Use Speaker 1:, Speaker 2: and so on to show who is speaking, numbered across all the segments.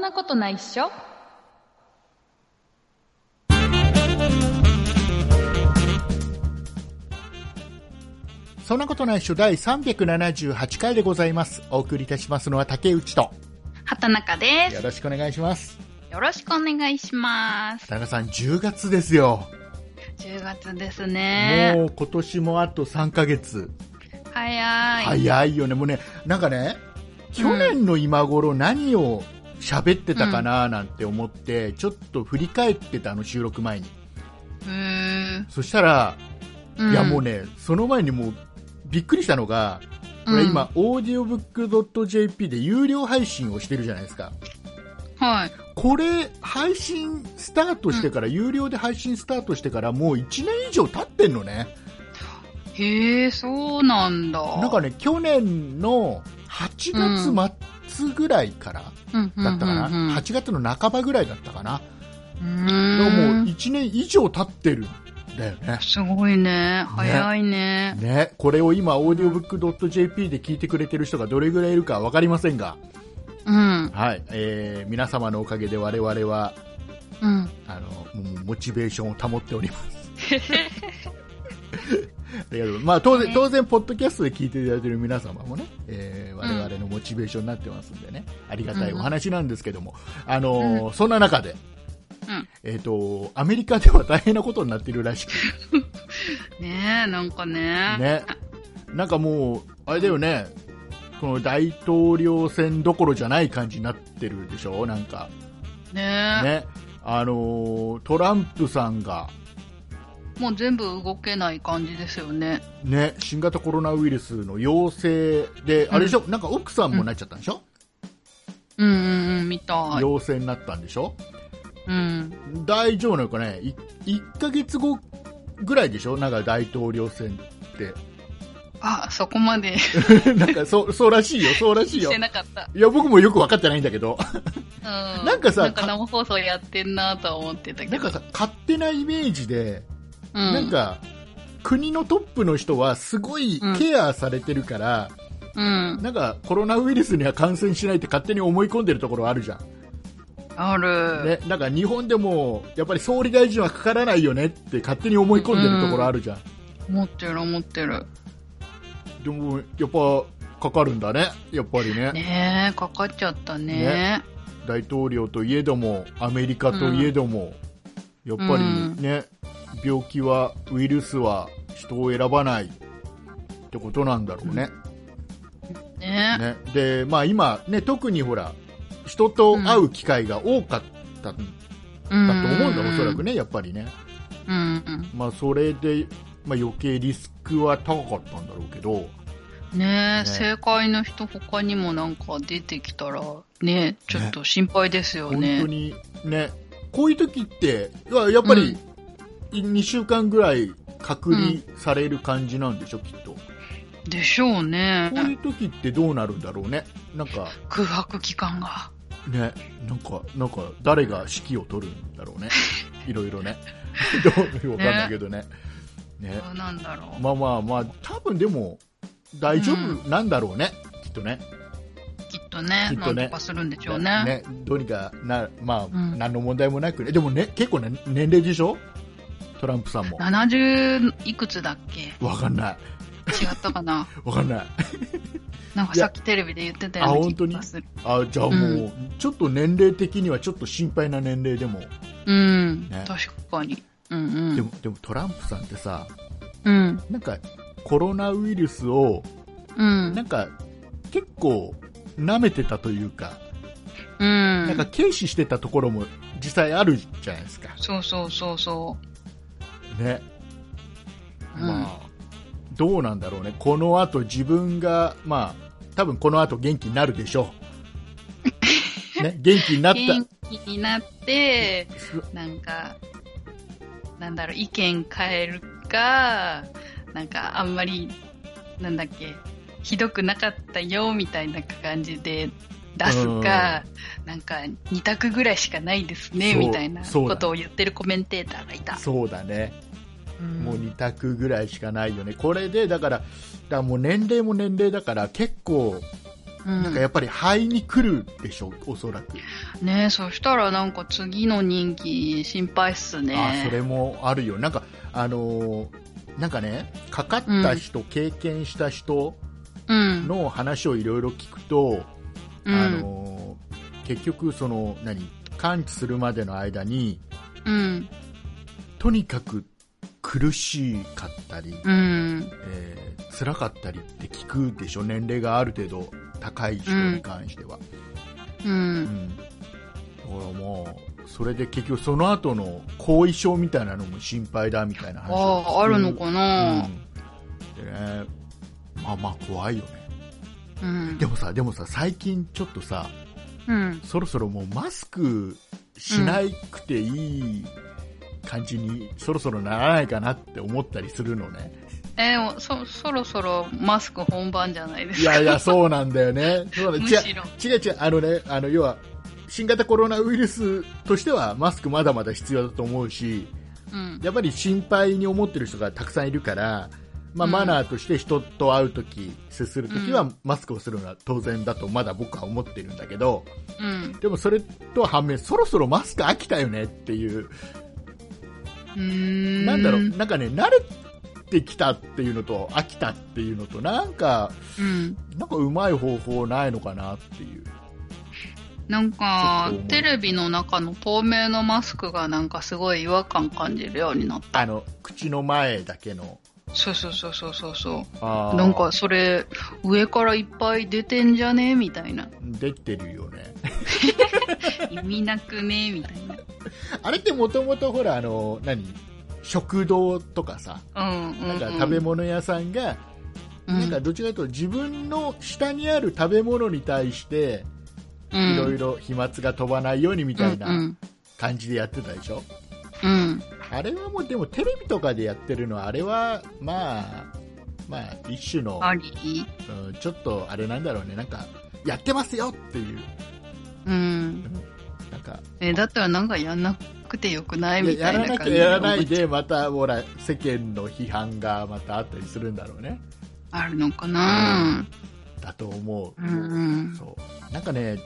Speaker 1: なことないっしょ
Speaker 2: そんなことないっしょ第378回でございます。お送りいたしますのは竹内と。
Speaker 1: 畑中で
Speaker 2: よろしくお願いします。
Speaker 1: す。よろしくお願いします。
Speaker 2: 田中さん、10月ですよ。
Speaker 1: 10月ですね。
Speaker 2: もう今年もあと3ヶ月。
Speaker 1: 早い。
Speaker 2: 早いよね。もうね、なんかね、去年の今頃何を喋ってたかななんて思って、ちょっと振り返ってたあの収録前に。
Speaker 1: うーん。
Speaker 2: そしたら、
Speaker 1: うん
Speaker 2: いやもう、ね、その前にもうびっくりしたのが、これ今、オーディオブックドット JP で有料配信をしてるじゃないですか。
Speaker 1: うん。はい。
Speaker 2: これ、配信スタートしてから、有料で配信スタートしてから、もう1年以上経ってんのね。
Speaker 1: へえ、そうなんだ。
Speaker 2: なんかね、去年の8月末ぐらいから
Speaker 1: うんうんうんうん、
Speaker 2: だったかな、8月の半ばぐらいだったかな、
Speaker 1: う
Speaker 2: でもも
Speaker 1: ー。
Speaker 2: うん1年以上経ってるんだよね。
Speaker 1: すごいね。早いね。
Speaker 2: ね、これを今、オーディオブックドット JP で聞いてくれてる人がどれぐらいいるかわかりませんが、
Speaker 1: うん。
Speaker 2: はい、えー皆様のおかげで我々は、
Speaker 1: うん。
Speaker 2: あの、もうモチベーションを保っております。ありがとうございますまあ、当然、
Speaker 1: ね
Speaker 2: 当然、ポッドキャストで聞いていただいている皆様もね、えー我々のモチベーションになってますんでね、ありがたいお話なんですけども、あのーそんな中で、
Speaker 1: うん
Speaker 2: えっ、と、アメリカでは大変なことになってるらしく、
Speaker 1: ねえ、なんかね。
Speaker 2: ね、なんかもう、あれだよね、この大統領選どころじゃない感じになってるでしょ、なんか、
Speaker 1: ねえ。
Speaker 2: ね、あのートランプさんが、
Speaker 1: もう全部動けない感じですよね。
Speaker 2: ね、新型コロナウイルスの陽性で、あれでしょ、なんか奥さんもなっちゃったんでしょ、
Speaker 1: うんうんうん、見たい。
Speaker 2: 陽性になったんでしょ
Speaker 1: うん。
Speaker 2: 大丈夫なのかねい ?1 ヶ月後ぐらいでしょなんか大統領選っ
Speaker 1: あ、そこまで
Speaker 2: て。 なんかそう、そうらしいよ、そうらしい
Speaker 1: し
Speaker 2: よ。
Speaker 1: て
Speaker 2: い
Speaker 1: なかった。
Speaker 2: や、僕もよく分かってないんだけど、
Speaker 1: うん。
Speaker 2: なんかさ
Speaker 1: なんか
Speaker 2: か
Speaker 1: 生放送やってんなとは思ってたけど。
Speaker 2: なんかさ、勝手なイメージで、
Speaker 1: うん、
Speaker 2: なんか、国のトップの人はすごいケアされてるから、
Speaker 1: うん。
Speaker 2: なんかコロナウイルスには感染しないって勝手に思い込んでるところあるじゃん。
Speaker 1: ある。
Speaker 2: ね、なんか日本でもやっぱり総理大臣はかからないよねって勝手に思い込んでるところあるじゃん、
Speaker 1: 持ってる持ってる。
Speaker 2: でもやっぱかかるんだね、やっぱりね
Speaker 1: ねえ、かかっちゃったね。
Speaker 2: ね大統領といえどもアメリカといえども、やっぱりね、病気はウイルスは人を選ばないってことなんだろうね。
Speaker 1: ね
Speaker 2: ねで、まあ、今、ね、特にほら人と会う機会が多かったんだ
Speaker 1: うん
Speaker 2: と思うんだ、おそらく。ね、やっぱりね。
Speaker 1: うん
Speaker 2: まあ、それで、まあ、余計リスクは高かったんだろうけど、
Speaker 1: うん。ね
Speaker 2: ね
Speaker 1: え、正解の人他にもなんか出てきたら、ねえ、ちょっと心配ですよ
Speaker 2: 本
Speaker 1: ね。
Speaker 2: 当にね、こういう時って、いややっぱり2週間ぐらい隔離される感じなんでしょ、きっと。こ
Speaker 1: でしょうね
Speaker 2: う。いう時ってどうなるんだろうね。なんか、
Speaker 1: 空白期間が。
Speaker 2: ね、なんか、なんか、誰が指揮を取るんだろう ね。いろいろね。 どうわかんないけどね。ね。
Speaker 1: どうなんだろう。
Speaker 2: まあまあまあ、多分でも、大丈夫なんだろうね、きっとね。
Speaker 1: きっとね、
Speaker 2: きっと
Speaker 1: な
Speaker 2: ね
Speaker 1: んとかするんでしょうね。
Speaker 2: どうにかな、まあ、
Speaker 1: ん
Speaker 2: 何の問題もなくね。でもね、結構ね、年齢でしょトランプさんも。
Speaker 1: 70いくつだっけ
Speaker 2: わかんない。
Speaker 1: 違ったか な
Speaker 2: わかんない。
Speaker 1: なんかさっきテレビで言ってたよ
Speaker 2: あ
Speaker 1: う
Speaker 2: 本
Speaker 1: な
Speaker 2: 当
Speaker 1: 気
Speaker 2: に
Speaker 1: がする。
Speaker 2: あ、じゃあもう、ちょっと年齢的にはちょっと心配な年齢でも。
Speaker 1: うん、
Speaker 2: ね
Speaker 1: 確かに。うんうん。
Speaker 2: でも、でもトランプさんってさ、
Speaker 1: うん、
Speaker 2: なんか、コロナウイルスを、
Speaker 1: うん。
Speaker 2: なんか、結構、舐めてたというか、
Speaker 1: うん。
Speaker 2: なんか軽視してたところも実際あるじゃないですか。
Speaker 1: そうそうそうそ
Speaker 2: ね。
Speaker 1: う。うん、
Speaker 2: まあ、どうなんだろうね、この後自分が、まあ、多分この後元気になるでしょ う。ね、元気になっ
Speaker 1: 元気になって、
Speaker 2: たす。
Speaker 1: なんか、なんだろう、意見変えるか、なんかあんまり、なんだっけ、ひどくなかったよみたいな感じで出すか、なんか2択ぐらいしかないですね、
Speaker 2: そう
Speaker 1: みたいな
Speaker 2: そうだ
Speaker 1: ことを言ってるコメンテーターがいた。
Speaker 2: そうだね、
Speaker 1: うん
Speaker 2: もう2択ぐらいしかないよね、これでだから、だからもう年齢も年齢だから、結構、
Speaker 1: うん
Speaker 2: なんかやっぱり肺に来るでしょおそらく、
Speaker 1: ねえそしたらなんか次の人気心配っすね。
Speaker 2: あそれもあるよなんかあのーなんかねかかった人、経験した人
Speaker 1: うん。
Speaker 2: の話をいろいろ聞くと、
Speaker 1: うん、
Speaker 2: あのー結局その何完治するまでの間に
Speaker 1: うん。
Speaker 2: とにかく苦しかったり、
Speaker 1: うん。
Speaker 2: えー辛かったりって聞くでしょ年齢がある程度高い人に関しては、
Speaker 1: う。
Speaker 2: うんんだからもうそれで結局その後の後遺症みたいなのも心配だみたいな話
Speaker 1: あ
Speaker 2: を聞く
Speaker 1: あ、あるのかな
Speaker 2: うんでねまあまあ怖いよね
Speaker 1: うん
Speaker 2: で。もさでもさ最近ちょっとさ
Speaker 1: うん。
Speaker 2: そろそろもうマスクしなくていい感じにそろそろならないかなって思ったりするのね。
Speaker 1: えーそ、そろそろマスク本番じゃないで
Speaker 2: い
Speaker 1: すか。
Speaker 2: やいや、そうなんだよね。そうなん
Speaker 1: む
Speaker 2: だ
Speaker 1: しろ。
Speaker 2: 違う違う違う、あのね、あの、要は、新型コロナウイルスとしてはマスクまだまだ必要だと思うし、
Speaker 1: うん。
Speaker 2: やっぱり心配に思ってる人がたくさんいるから、まあ、
Speaker 1: うん
Speaker 2: マナーとして人と会うとき、接するときはマスクをするのは当然だとまだ僕は思ってるんだけど、
Speaker 1: うん。
Speaker 2: でもそれとは反面、そろそろマスク飽きたよねっていう、
Speaker 1: うーん。
Speaker 2: なんだろう、
Speaker 1: う
Speaker 2: なんかね、慣れてきたっていうのと、飽きたっていうのと、なんか、
Speaker 1: ん。
Speaker 2: なんかうまい方法ないのかなっていう。
Speaker 1: なんか
Speaker 2: ちょっと思う、
Speaker 1: テレビの中の透明のマスクがなんかすごい違和感感じるようになった。
Speaker 2: あの、口の前だけの。
Speaker 1: そうそうそうそうそうそう。
Speaker 2: あー
Speaker 1: なんかそれ、上からいっぱい出てんじゃねみたいな。
Speaker 2: 出てるよね。
Speaker 1: 意味なくねみたいな。
Speaker 2: あれってもともとほら、あの、何食堂とかさ、
Speaker 1: うんうん、
Speaker 2: な
Speaker 1: うんん。
Speaker 2: か食べ物屋さんが、
Speaker 1: うん、
Speaker 2: なんかどっちかというと自分の下にある食べ物に対して、
Speaker 1: うん、
Speaker 2: いろいろ飛沫が飛ばないようにみたい
Speaker 1: うんう
Speaker 2: なん感じでやってたでしょ、
Speaker 1: うん
Speaker 2: あれはもうでもテレビとかでやってるのはあれはまあまあ一種の、
Speaker 1: あり
Speaker 2: うんちょっとあれなんだろうねなんかやってますよっていう
Speaker 1: うん。
Speaker 2: なんか
Speaker 1: え、だったらなんかやんなくてよくないみ
Speaker 2: いや
Speaker 1: たい
Speaker 2: やらな
Speaker 1: な
Speaker 2: き
Speaker 1: 感
Speaker 2: ゃ
Speaker 1: じ
Speaker 2: やらないでまたほら世間の批判がまたあったりするんだろうね
Speaker 1: あるのかな
Speaker 2: だと思う、
Speaker 1: うんうん
Speaker 2: そうなんかね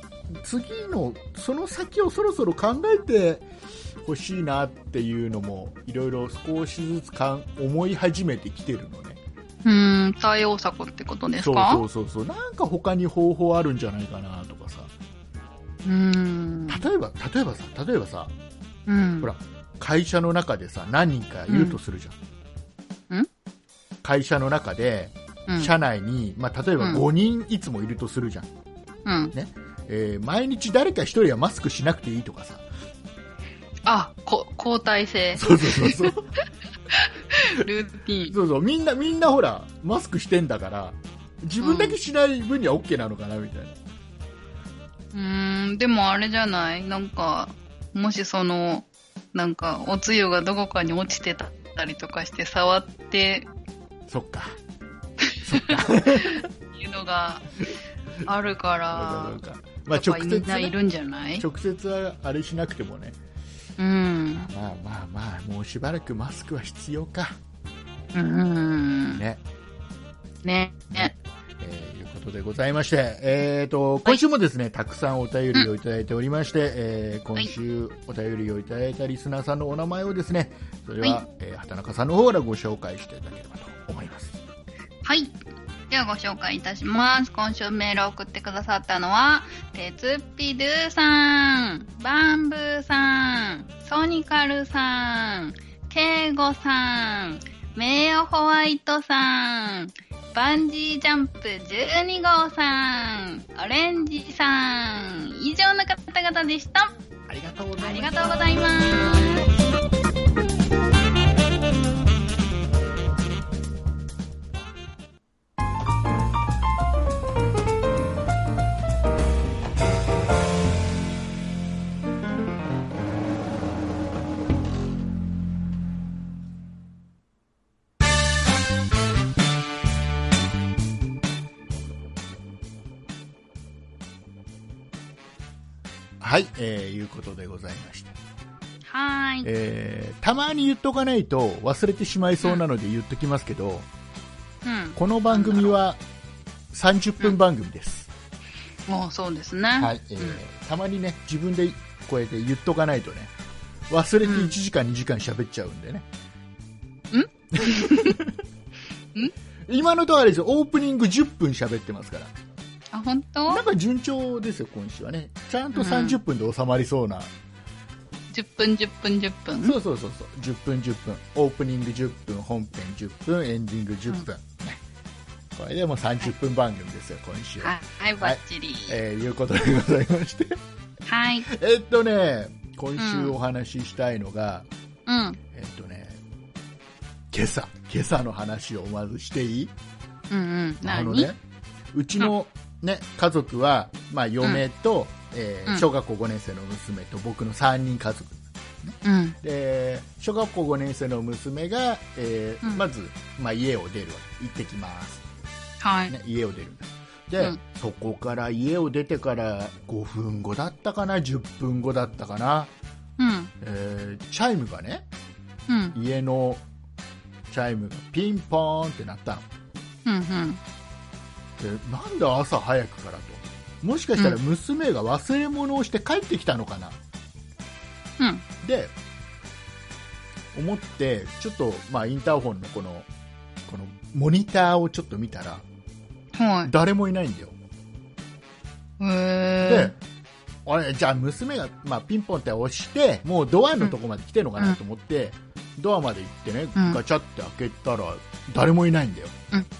Speaker 2: 次のその先をそろそろ考えてほしいなっていうのもいろいろ少しずつかん思い始めてきてるのね
Speaker 1: うん、対応策ってことです
Speaker 2: そう
Speaker 1: か
Speaker 2: そうそうそうなんか他に方法あるんじゃないかなとかさ
Speaker 1: うん。
Speaker 2: 例えば例えばさ例えばさ
Speaker 1: うん。
Speaker 2: ほら会社の中でさ何人かいるとするじゃん、
Speaker 1: うん
Speaker 2: 会社の中で
Speaker 1: うん、
Speaker 2: 社内に、まあ、例えば
Speaker 1: うん
Speaker 2: 5人いつもいるとするじゃん、
Speaker 1: うん。
Speaker 2: えー毎日誰か1人はマスクしなくていいとかさ
Speaker 1: あ、こ、交代制、
Speaker 2: そうそう そうそう
Speaker 1: ルーティン。
Speaker 2: そうそうみんなみんなほらマスクしてんだから自分だけしない分には OK なのかなみたいな、
Speaker 1: うん、でもあれじゃないなんか、もしその、なんか、おつゆがどこかに落ちてたりとかして触って
Speaker 2: そっか
Speaker 1: いうのがあるか
Speaker 2: な
Speaker 1: ら
Speaker 2: ん、かまあ
Speaker 1: やっぱ
Speaker 2: 直接
Speaker 1: みんな
Speaker 2: ね
Speaker 1: いるんじゃない
Speaker 2: 直接はあれしなくてもね
Speaker 1: うん。
Speaker 2: まあまあまあもうしばらくマスクは必要か
Speaker 1: うん。
Speaker 2: ね
Speaker 1: ね。
Speaker 2: ねえーいうことでございまして、えー、と今週もですね、たくさんお便りをいただいておりまして、えー今週お便りをいただいたリスナーさんのお名前をですねそれは、
Speaker 1: はい
Speaker 2: えー畑中さんの方からご紹介していただければと思います
Speaker 1: はい。ではご紹介いたします。今週メールを送ってくださったのは、鉄ピドゥさん、バンブーさん、ソニカルさん、ケイゴさん、名誉ホワイトさん、バンジージャンプ12号さん、オレンジさん、以上の方々でした。
Speaker 2: ありがとうござ
Speaker 1: あ
Speaker 2: い
Speaker 1: りが
Speaker 2: ます
Speaker 1: とうございます。
Speaker 2: はい、えーいうことでございました、
Speaker 1: はーい。
Speaker 2: えーたまに言っとかないと忘れてしまいそうなので言っときますけど、
Speaker 1: うん。
Speaker 2: この番組は30分番組です、
Speaker 1: もうそうですね。
Speaker 2: はいえーたまにね自分でこうやって言っとかないとね忘れて1時間、2時間喋っちゃうんでね
Speaker 1: ん
Speaker 2: 今のとこあれですよオープニング10分喋ってますから
Speaker 1: あ、本当
Speaker 2: なんか順調ですよ今週はねちゃんと
Speaker 1: うん
Speaker 2: 30分で収まりそうな、
Speaker 1: ?10 分、10分、10分。
Speaker 2: そうそうそうそう10分10分オープニング10分本編10分エンディング10分、ねこれでもう30分番組ですよ今週
Speaker 1: はい、はい、ばっちり。
Speaker 2: えーいうことでございまして
Speaker 1: はい。
Speaker 2: えっとね今週お話ししたいのが、
Speaker 1: うん。
Speaker 2: えっとね今朝今朝の話をまずしていい
Speaker 1: うんうん。
Speaker 2: あの
Speaker 1: 何、
Speaker 2: ねうちの、ね、家族は、まあ、嫁と、えー
Speaker 1: うん
Speaker 2: 小学校5年生の娘と僕の3人家族
Speaker 1: うん。
Speaker 2: で小学校5年生の娘が、えー
Speaker 1: うん
Speaker 2: まず、まあ、家を出るわけ行ってきます、
Speaker 1: はい。
Speaker 2: ね、家を出るで、
Speaker 1: うん
Speaker 2: そこから家を出てから5分後だったかな10分後だったかな、
Speaker 1: うん。
Speaker 2: えーチャイムがね
Speaker 1: うん。
Speaker 2: 家のチャイムがピンポーンって鳴ったの
Speaker 1: うん。うん。
Speaker 2: でなんで朝早くからともしかしたら娘が忘れ物をして帰ってきたのかな、
Speaker 1: うん。
Speaker 2: で思ってちょっと、まあ、インターホンのこのこのモニターをちょっと見たら
Speaker 1: はい。
Speaker 2: 誰もいないんだよ、
Speaker 1: へ
Speaker 2: であれじゃあ娘が、まあ、ピンポンって押してもうドアのとこまで来てるのかなと思って、ドアまで行ってね
Speaker 1: うん
Speaker 2: ガチャって開けたら誰もいないんだよ
Speaker 1: え。う
Speaker 2: だ
Speaker 1: ん
Speaker 2: か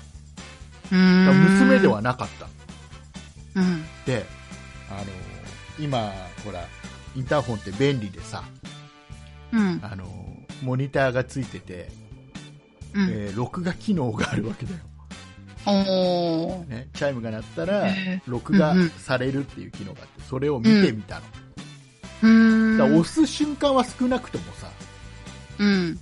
Speaker 2: ら娘では。なかった
Speaker 1: うん。
Speaker 2: であの今ほらインターホンって便利でさ
Speaker 1: うん。
Speaker 2: あのモニターがついてて、
Speaker 1: うん。
Speaker 2: えー録画機能があるわけだよ
Speaker 1: おー。
Speaker 2: ね、チャイムが鳴ったら
Speaker 1: へ
Speaker 2: 録画
Speaker 1: うんうん
Speaker 2: されるっていう機能があってそれを見てみたの、
Speaker 1: うーん。
Speaker 2: だから押す瞬間は少なくともさ
Speaker 1: うん。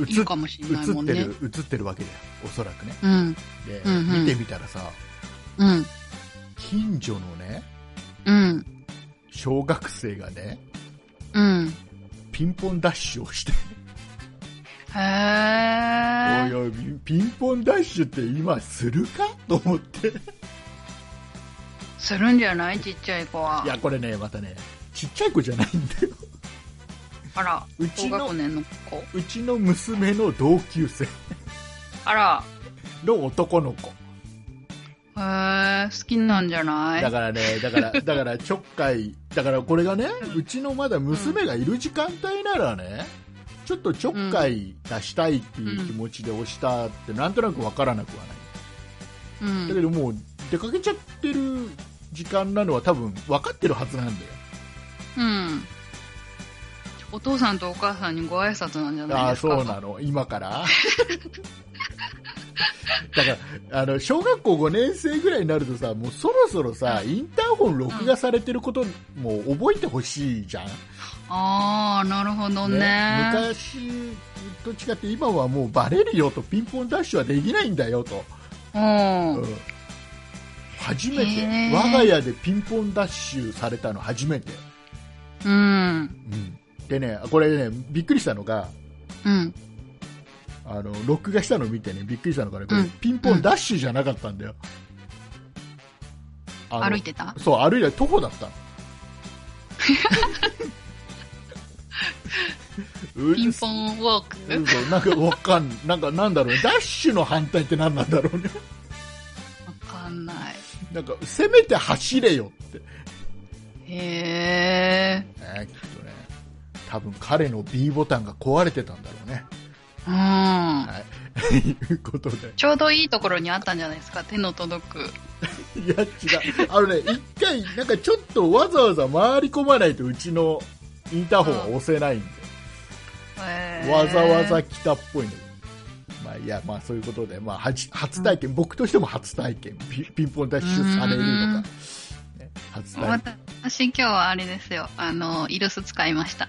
Speaker 2: 映っ
Speaker 1: いいかもしれない
Speaker 2: 映
Speaker 1: も
Speaker 2: っ
Speaker 1: ん
Speaker 2: て
Speaker 1: ね
Speaker 2: る。映ってるわけだよおそらくね
Speaker 1: うん。
Speaker 2: で、
Speaker 1: うんうん
Speaker 2: 見てみたらさ
Speaker 1: うん。
Speaker 2: 近所のね
Speaker 1: うん。
Speaker 2: 小学生がね
Speaker 1: うん。
Speaker 2: ピンポンダッシュをして
Speaker 1: へ
Speaker 2: お
Speaker 1: ー
Speaker 2: い。おいピンポンダッシュって今するかと思って。
Speaker 1: するんじゃないちっちゃい子はい
Speaker 2: やこれねまたねちっちゃい子じゃないんだよ
Speaker 1: あら、
Speaker 2: う
Speaker 1: 小
Speaker 2: ちの
Speaker 1: 学年の子。
Speaker 2: うちの娘の同級生
Speaker 1: あら、
Speaker 2: の男の子
Speaker 1: へー、好きなんじゃない
Speaker 2: だからね、だから、だからちょっかい、だからこれがね、うちのまだ娘がいる時間帯ならね、ちょっとちょっかい出したいっていう気持ちで押したって、なんとなくわからなくはない。
Speaker 1: う
Speaker 2: だけ
Speaker 1: ん。
Speaker 2: どもう、出かけちゃってる時間なのは多分分かってるはずなんだよ。
Speaker 1: うん。お父さんとお母さんにご挨拶なんじゃない
Speaker 2: ああ
Speaker 1: で
Speaker 2: ー、
Speaker 1: すか。
Speaker 2: そうなの、今からだからあの小学校5年生ぐらいになるとさもうそろそろさインターホン録画されてることも覚えてほしいじゃん、
Speaker 1: あー、なるほどね。
Speaker 2: ね昔と違って今はもうバレるよとピンポンダッシュはできないんだよと、
Speaker 1: うん。
Speaker 2: うん初
Speaker 1: へ
Speaker 2: めて
Speaker 1: ー
Speaker 2: 我が家でピンポンダッシュされたの初めて、
Speaker 1: うん。
Speaker 2: でねこれねびっくりしたのが
Speaker 1: うん。
Speaker 2: あの録画したの見てねびっくりしたのがねこれ、
Speaker 1: うん
Speaker 2: ピンポンダッシュじゃなかったんだよ、あの
Speaker 1: 歩いてた
Speaker 2: そう歩いて徒歩 だったのう
Speaker 1: ピンポンウォーク、
Speaker 2: うんそうなんかわかんなんかなんだろうねダッシュの反対って何なんだろうね
Speaker 1: わかんない。
Speaker 2: なんかせめて走れよって、
Speaker 1: へ
Speaker 2: えーきっとね多分彼の B ボタンが壊れてたんだろうね
Speaker 1: ー。うん。
Speaker 2: はいということで
Speaker 1: ちょうどいいところにあったんじゃないですか。手の届く。
Speaker 2: いや違うあのね一回なんかちょっとわざわざ回り込まないとうちのインターホンは押せないんで、
Speaker 1: へー
Speaker 2: わざわざ来たっぽいのよまあいやまあそういうことで、まあ、はじ初体験、僕としても初体験ピピンポンダッシュされるのが、ね、初体験
Speaker 1: 私今日はあれですよ。あの、イルス使いました。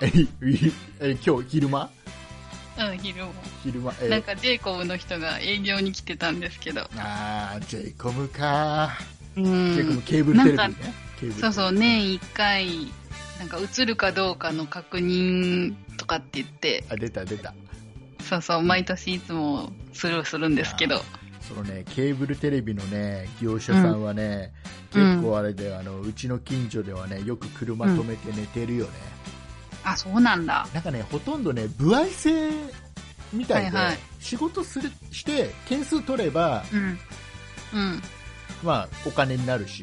Speaker 2: えいい え今日昼間
Speaker 1: うん、昼も。
Speaker 2: 昼間え
Speaker 1: なんかジェイコブの人が営業に来てたんですけど。
Speaker 2: あージェイコムか、
Speaker 1: う
Speaker 2: ジェイコム
Speaker 1: ん。
Speaker 2: ケーブルテレビ
Speaker 1: なん
Speaker 2: ね
Speaker 1: か
Speaker 2: ケーブルテレビ
Speaker 1: そうそう、年1回、なんか映るかどうかの確認とかって言って、
Speaker 2: あ出た出た
Speaker 1: そうそう、毎年いつもスルーするんですけど。
Speaker 2: そのね、ケーブルテレビのね、業者さんはね、
Speaker 1: うん
Speaker 2: 結構あれで、あの、うちの近所ではね、よく車止めて寝てるよね。
Speaker 1: あ、そうなんだ。
Speaker 2: なんかね、ほとんどね、歩合制みたいで、
Speaker 1: はいはい
Speaker 2: 仕事するして、件数取れば、
Speaker 1: うん。うん。
Speaker 2: まあ、お金になるし、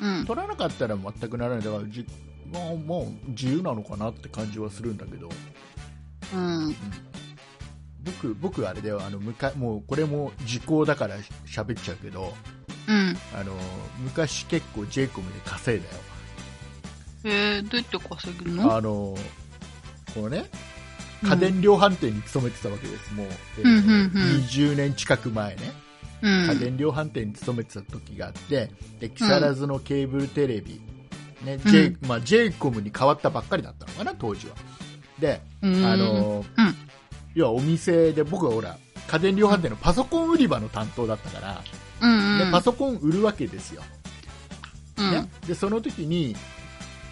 Speaker 1: うん。
Speaker 2: 取らなかったら全くならない。だから、じもう、もう自由なのかなって感じはするんだけど、
Speaker 1: うん。
Speaker 2: 僕、僕あれだよ、あの、むかもう、これも時効だから喋っちゃうけど、
Speaker 1: うん。
Speaker 2: あの、昔結構 j イコムで稼いだよ。
Speaker 1: えー、どうやって稼ぐの
Speaker 2: あのこのね家電量販店に勤めてたわけです、もう、えー
Speaker 1: うんうんうん
Speaker 2: 20年近く前ね、
Speaker 1: うん。
Speaker 2: 家電量販店に勤めてた時があって、で木更津のケーブルテレビ、ね J まあ、j イコムに変わったばっかりだったのかな、当時は。で、
Speaker 1: うん
Speaker 2: あ、の
Speaker 1: うん
Speaker 2: 要はお店で、僕はほら、家電量販店のパソコン売り場の担当だったから、
Speaker 1: うん、う
Speaker 2: で
Speaker 1: ん。
Speaker 2: パソコン売るわけですよ。
Speaker 1: うん
Speaker 2: ね、でその時に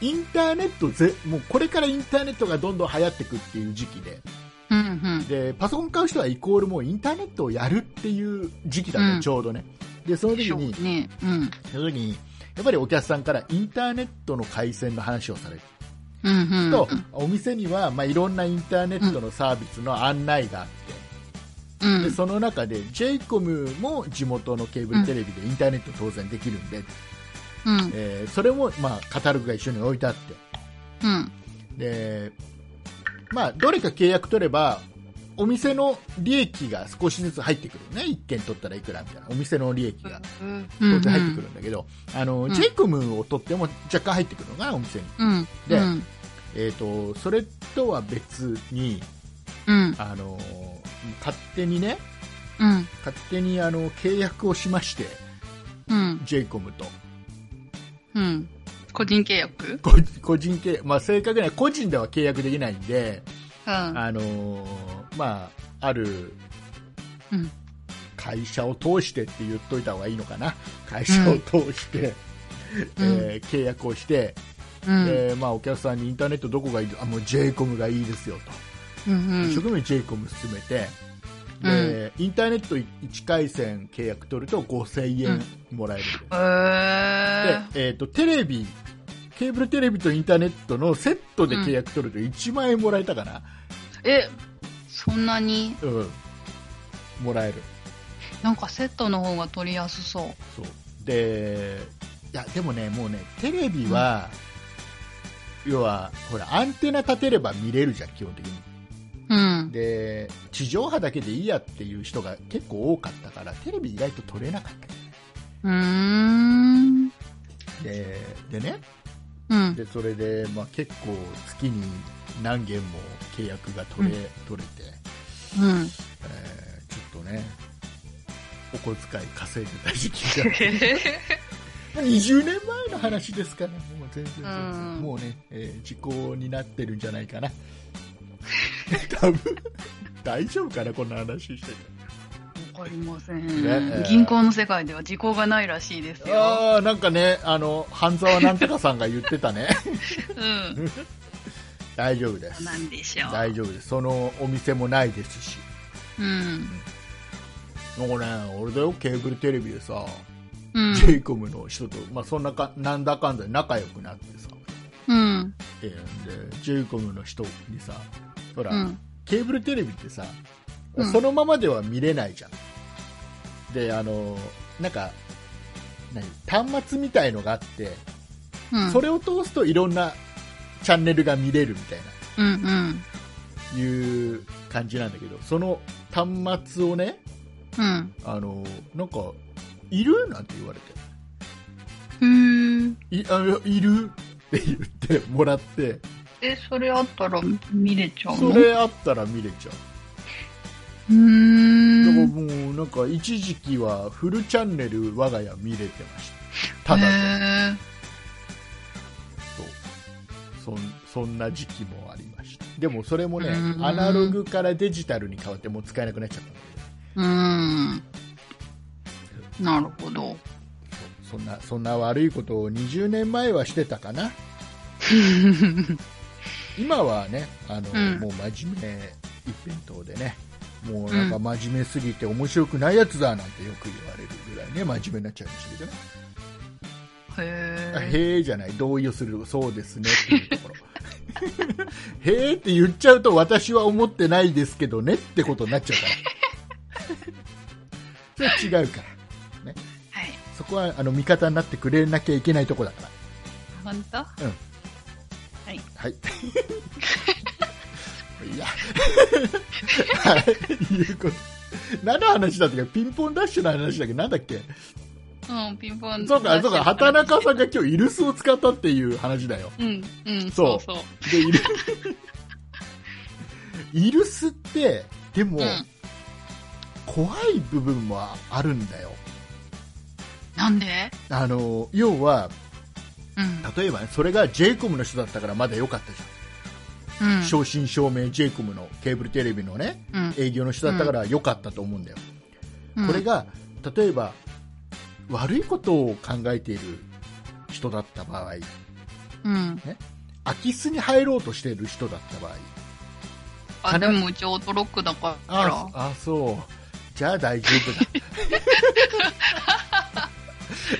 Speaker 2: インターネットぜもうこれからインターネットがどんどん流行ってくっていう時期で
Speaker 1: うん。うん。
Speaker 2: でパソコン買う人はイコールもうインターネットをやるっていう時期だね、
Speaker 1: うん
Speaker 2: ちょうどねでその
Speaker 1: で
Speaker 2: 時
Speaker 1: しょう
Speaker 2: に
Speaker 1: ね。うん。
Speaker 2: その時にやっぱりお客さんからインターネットの回線の話をされる
Speaker 1: うん。うん。
Speaker 2: と、お店には、まあ、いろんなインターネットのサービスの案内があって、
Speaker 1: う
Speaker 2: で
Speaker 1: ん。
Speaker 2: その中で j イコムも地元のケーブルテレビでインターネット当然できるんで、
Speaker 1: うん。
Speaker 2: えーそれも、まあ、カタログが一緒に置いてあって
Speaker 1: うん。
Speaker 2: で、まあ、どれか契約取れば、お店の利益が少しずつ入ってくるよね。1件取ったらいくらみたいな。お店の利益が
Speaker 1: うん。
Speaker 2: 当然入ってくるんだけど、あの、
Speaker 1: ん
Speaker 2: ジェイコムを取っても若干入ってくるのかな、お店に。
Speaker 1: うん。
Speaker 2: で
Speaker 1: うん。
Speaker 2: えっ、と、それとは別に、
Speaker 1: うん。
Speaker 2: あの、勝手にね、
Speaker 1: うん。
Speaker 2: 勝手にあの、契約をしまして、
Speaker 1: うん。
Speaker 2: ジェイコムと。
Speaker 1: うん。個人契約
Speaker 2: こ個人契約、まあ正確には個人では契約できないんで、
Speaker 1: うん。
Speaker 2: あのまあ、ある
Speaker 1: うん。
Speaker 2: 会社を通してって言っといた方がいいのかな会社を通して、えー契約をして、
Speaker 1: うん。
Speaker 2: えーまあ、お客さんにインターネットどこがいいあもう j イコムがいいですよ
Speaker 1: う
Speaker 2: と、一生
Speaker 1: ん。
Speaker 2: 懸命 j イコム進めてで、インターネット1回線契約取ると5000円もらえる、
Speaker 1: えー。
Speaker 2: で、えー、とテレビケーブルテレビとインターネットのセットで契約取ると1万円もらえたかな、
Speaker 1: え、そんなに
Speaker 2: うん、もらえる
Speaker 1: なんかセットの方が取りやすそう。
Speaker 2: そうでいやでもね、もうねテレビは、要はほらアンテナ立てれば見れるじゃん、基本的に
Speaker 1: うん。
Speaker 2: で地上波だけでいいやっていう人が結構多かったからテレビ意外と撮れなかった
Speaker 1: うーん。
Speaker 2: ででね
Speaker 1: うん。
Speaker 2: でそれで、まあ、結構月に何件も契約が取れ,、
Speaker 1: う
Speaker 2: 取れて、
Speaker 1: うん。
Speaker 2: えーちょっとねお小遣い稼いでた時期が。20年前の話ですから、もう全然全然、
Speaker 1: うん
Speaker 2: もうね、えー時効になってるんじゃないかな。 多分大丈夫かな、こんな話して
Speaker 1: わかりませ
Speaker 2: ね
Speaker 1: ん。銀行の世界では時効がないらしいです
Speaker 2: て。
Speaker 1: よ。
Speaker 2: ああ、なんかね、あの、半沢なんとかさんが言ってたね。
Speaker 1: うん。
Speaker 2: 大丈夫です。
Speaker 1: なんでしょう。
Speaker 2: 大丈夫です。そのお店もないですし。
Speaker 1: うん。
Speaker 2: なんかね、俺だよ、ケーブルテレビでさ、
Speaker 1: うん。
Speaker 2: ジェイコムの人と、まあ、そんなか、なんだかんだで仲良くなってさ、
Speaker 1: うん。
Speaker 2: えーで、ジェイコムの人にさ、ほら、
Speaker 1: うん。
Speaker 2: ケーブルテレビってさ、
Speaker 1: うん
Speaker 2: そのままでは見れないじゃん。で、あの、なんか、何端末みたいのがあって、
Speaker 1: うん。
Speaker 2: それを通すといろんなチャンネルが見れるみたい
Speaker 1: うん。うん。
Speaker 2: な、いう感じなんだけど、その端末をね、
Speaker 1: うん。
Speaker 2: あの、なんか、いるなんて言われて、
Speaker 1: ふー。
Speaker 2: いあいるって言ってもらって、
Speaker 1: え、それあったら見れちゃうの
Speaker 2: それあったら見れちゃう。
Speaker 1: うー
Speaker 2: だから
Speaker 1: ん。
Speaker 2: もう、なんか一時期はフルチャンネル我が家見れてました。ただで。
Speaker 1: へー
Speaker 2: そうそんそんな時期もありましたでもそれもね
Speaker 1: うん
Speaker 2: アナログからデジタルに変わってもう使えなくなっちゃったんだけ
Speaker 1: うーん。なるほど。
Speaker 2: どそんなそんな悪いことを20年前はしてた かな今はねあの、
Speaker 1: うん
Speaker 2: もう真面目一辺倒でねもうなんか真面目すぎて面白くないやつだなんてよく言われるぐらいね真面目になっちゃいましたけどね
Speaker 1: へ
Speaker 2: あ
Speaker 1: え。
Speaker 2: へえじゃない同意をするそうですねっていうところ へえって言っちゃうと私は思ってないですけどねってことになっちゃうから それは違うから
Speaker 1: はい。
Speaker 2: そこはあの味方になってくれなきゃいけないとこだから
Speaker 1: 本当
Speaker 2: はい。 いや。 はい。いうこと。何の話だったっけピンポンダッシュの話だっけなんだっけ
Speaker 1: うん、ピンポン。
Speaker 2: そうか、そうか、畑中さん
Speaker 1: が。
Speaker 2: が今日イルスを使ったっていう話だよ。
Speaker 1: うん、うん、
Speaker 2: そ
Speaker 1: そううそう。
Speaker 2: で、イル イルスって、でも、
Speaker 1: うん
Speaker 2: 怖い部分もあるんだよ。
Speaker 1: なんで
Speaker 2: あの、要は、
Speaker 1: うん。
Speaker 2: 例えばね、それが j コムの人だったからまだ良かったじ
Speaker 1: うん
Speaker 2: ゃん。。正真正銘 j コムのケーブルテレビのね、
Speaker 1: うん
Speaker 2: 営業の人だったから良かったと思うんだよ。
Speaker 1: うん
Speaker 2: これが例えば悪いことを考えている人だった場合
Speaker 1: うん。
Speaker 2: 空き巣に入ろうとしている人だった場合
Speaker 1: あ、でもうちオートロックだから。
Speaker 2: あそうじゃあ大丈 夫だ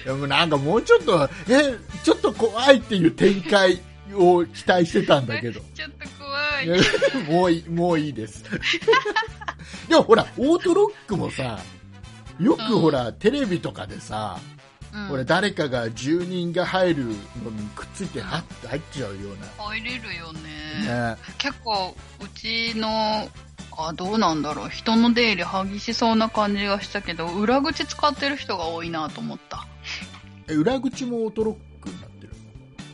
Speaker 2: でもなんかもうちょっとえちょっと怖いっていう展開を期待してたんだけど
Speaker 1: ちょっと怖
Speaker 2: い
Speaker 1: い。
Speaker 2: や もういいもういいですでもほらオートロックもさよくほら、テレビとかでさ、
Speaker 1: うん
Speaker 2: これ誰かが住人が入るのにくっついてはって入っちゃうよう
Speaker 1: 入れるよね。
Speaker 2: な、ね、
Speaker 1: 結構、うちの、あ、どうなんだろう。人の出入り激しそうな感じがしたけど、裏口使ってる人が多いなと思った。
Speaker 2: え裏口もオートロックになってる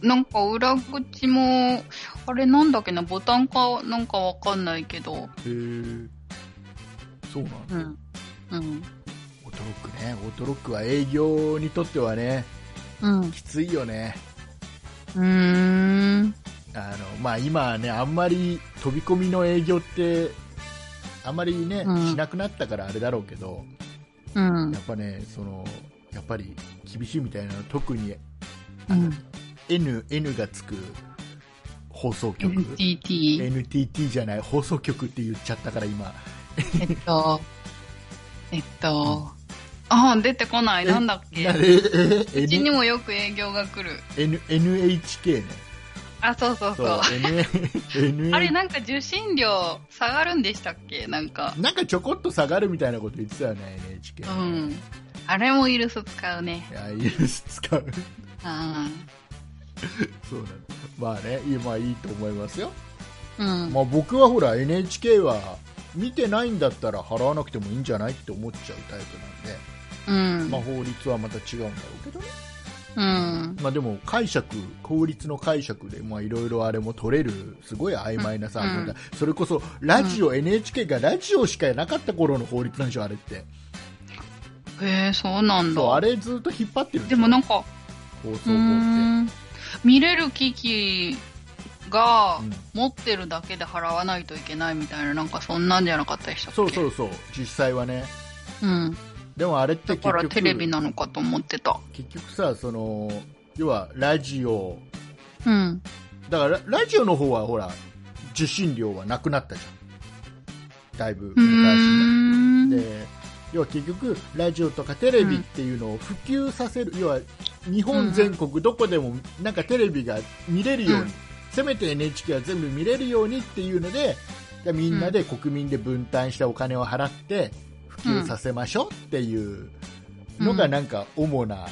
Speaker 1: なんか裏口も、あれなんだっけな、ボタンかなんかわかんないけど、
Speaker 2: へえそうなんだ、
Speaker 1: うん。うん。
Speaker 2: オートロックねオートロックは営業にとってはね
Speaker 1: うん。
Speaker 2: きついよね
Speaker 1: うーん。
Speaker 2: あの、まあ、今はねあんまり飛び込みの営業ってあんまりね、
Speaker 1: うん
Speaker 2: しなくなったからあれだろうけど
Speaker 1: うん
Speaker 2: や。っぱねそのやっぱり厳しいみたいなの特に
Speaker 1: う
Speaker 2: あの、
Speaker 1: ん
Speaker 2: N, N がつく放送局
Speaker 1: NTT。
Speaker 2: NTT じゃない放送局って言っちゃったから今
Speaker 1: えっと、えっと、あ、出てこない。
Speaker 2: え
Speaker 1: なんだっけ。
Speaker 2: な
Speaker 1: う
Speaker 2: ええ
Speaker 1: ちに
Speaker 2: N
Speaker 1: もよく営業が来る。
Speaker 2: N NHK ね
Speaker 1: あ、そうそうそう。
Speaker 2: N N
Speaker 1: あれ、なんか受信料下がるんでしたっけなんか。
Speaker 2: なんかちょこっと下がるみたいなこと言ってたよね NHK
Speaker 1: うん。あれもイルス使うね。
Speaker 2: いやイルス使うそうなのまあね今いいと思いますよ、
Speaker 1: うん。うん。
Speaker 2: まあ、僕はほら NHK は見てないんだったら払わなくてもいいんじゃないって思っちゃうタイプなんで、
Speaker 1: うん。
Speaker 2: まあ、法律はまた違うんだろうけどね
Speaker 1: うん。
Speaker 2: まあ、でも解釈法律の解釈でまあいろいろあれも取れるすごい曖昧なさ、
Speaker 1: うん
Speaker 2: なんかそれこそラジオ、NHK がラジオしかなかった頃の法律なんでしょあれって
Speaker 1: へえ、そうなん
Speaker 2: そうあ
Speaker 1: だ。
Speaker 2: れずっと引っ張ってるん
Speaker 1: で
Speaker 2: しょ
Speaker 1: もなんか、
Speaker 2: 放送
Speaker 1: うー
Speaker 2: 法って
Speaker 1: ん。見れる機器が
Speaker 2: うん
Speaker 1: 持ってるだけで払わないといけないみたいな、なんかそんなんじゃなかったでしたっけ
Speaker 2: そうそうそう実際はね
Speaker 1: うん。
Speaker 2: でもあれって
Speaker 1: だ
Speaker 2: 結
Speaker 1: から
Speaker 2: 局
Speaker 1: テレビなのかと思ってた。
Speaker 2: 結局さその要はラジオ
Speaker 1: うん。
Speaker 2: だからララジオの方はほら受信料はなくなったじゃんだいぶ
Speaker 1: うー
Speaker 2: 昔ね
Speaker 1: ん。
Speaker 2: で要は結局ラジオとかテレビっていうのを普及させる、要は日本全国どこでもなんかテレビが見れるように、
Speaker 1: うん
Speaker 2: せめて NHK は全部見れるようにっていうのでじゃあみんなで国民で分担したお金を払って普及させましょうっていうのが
Speaker 1: うん
Speaker 2: なんか主な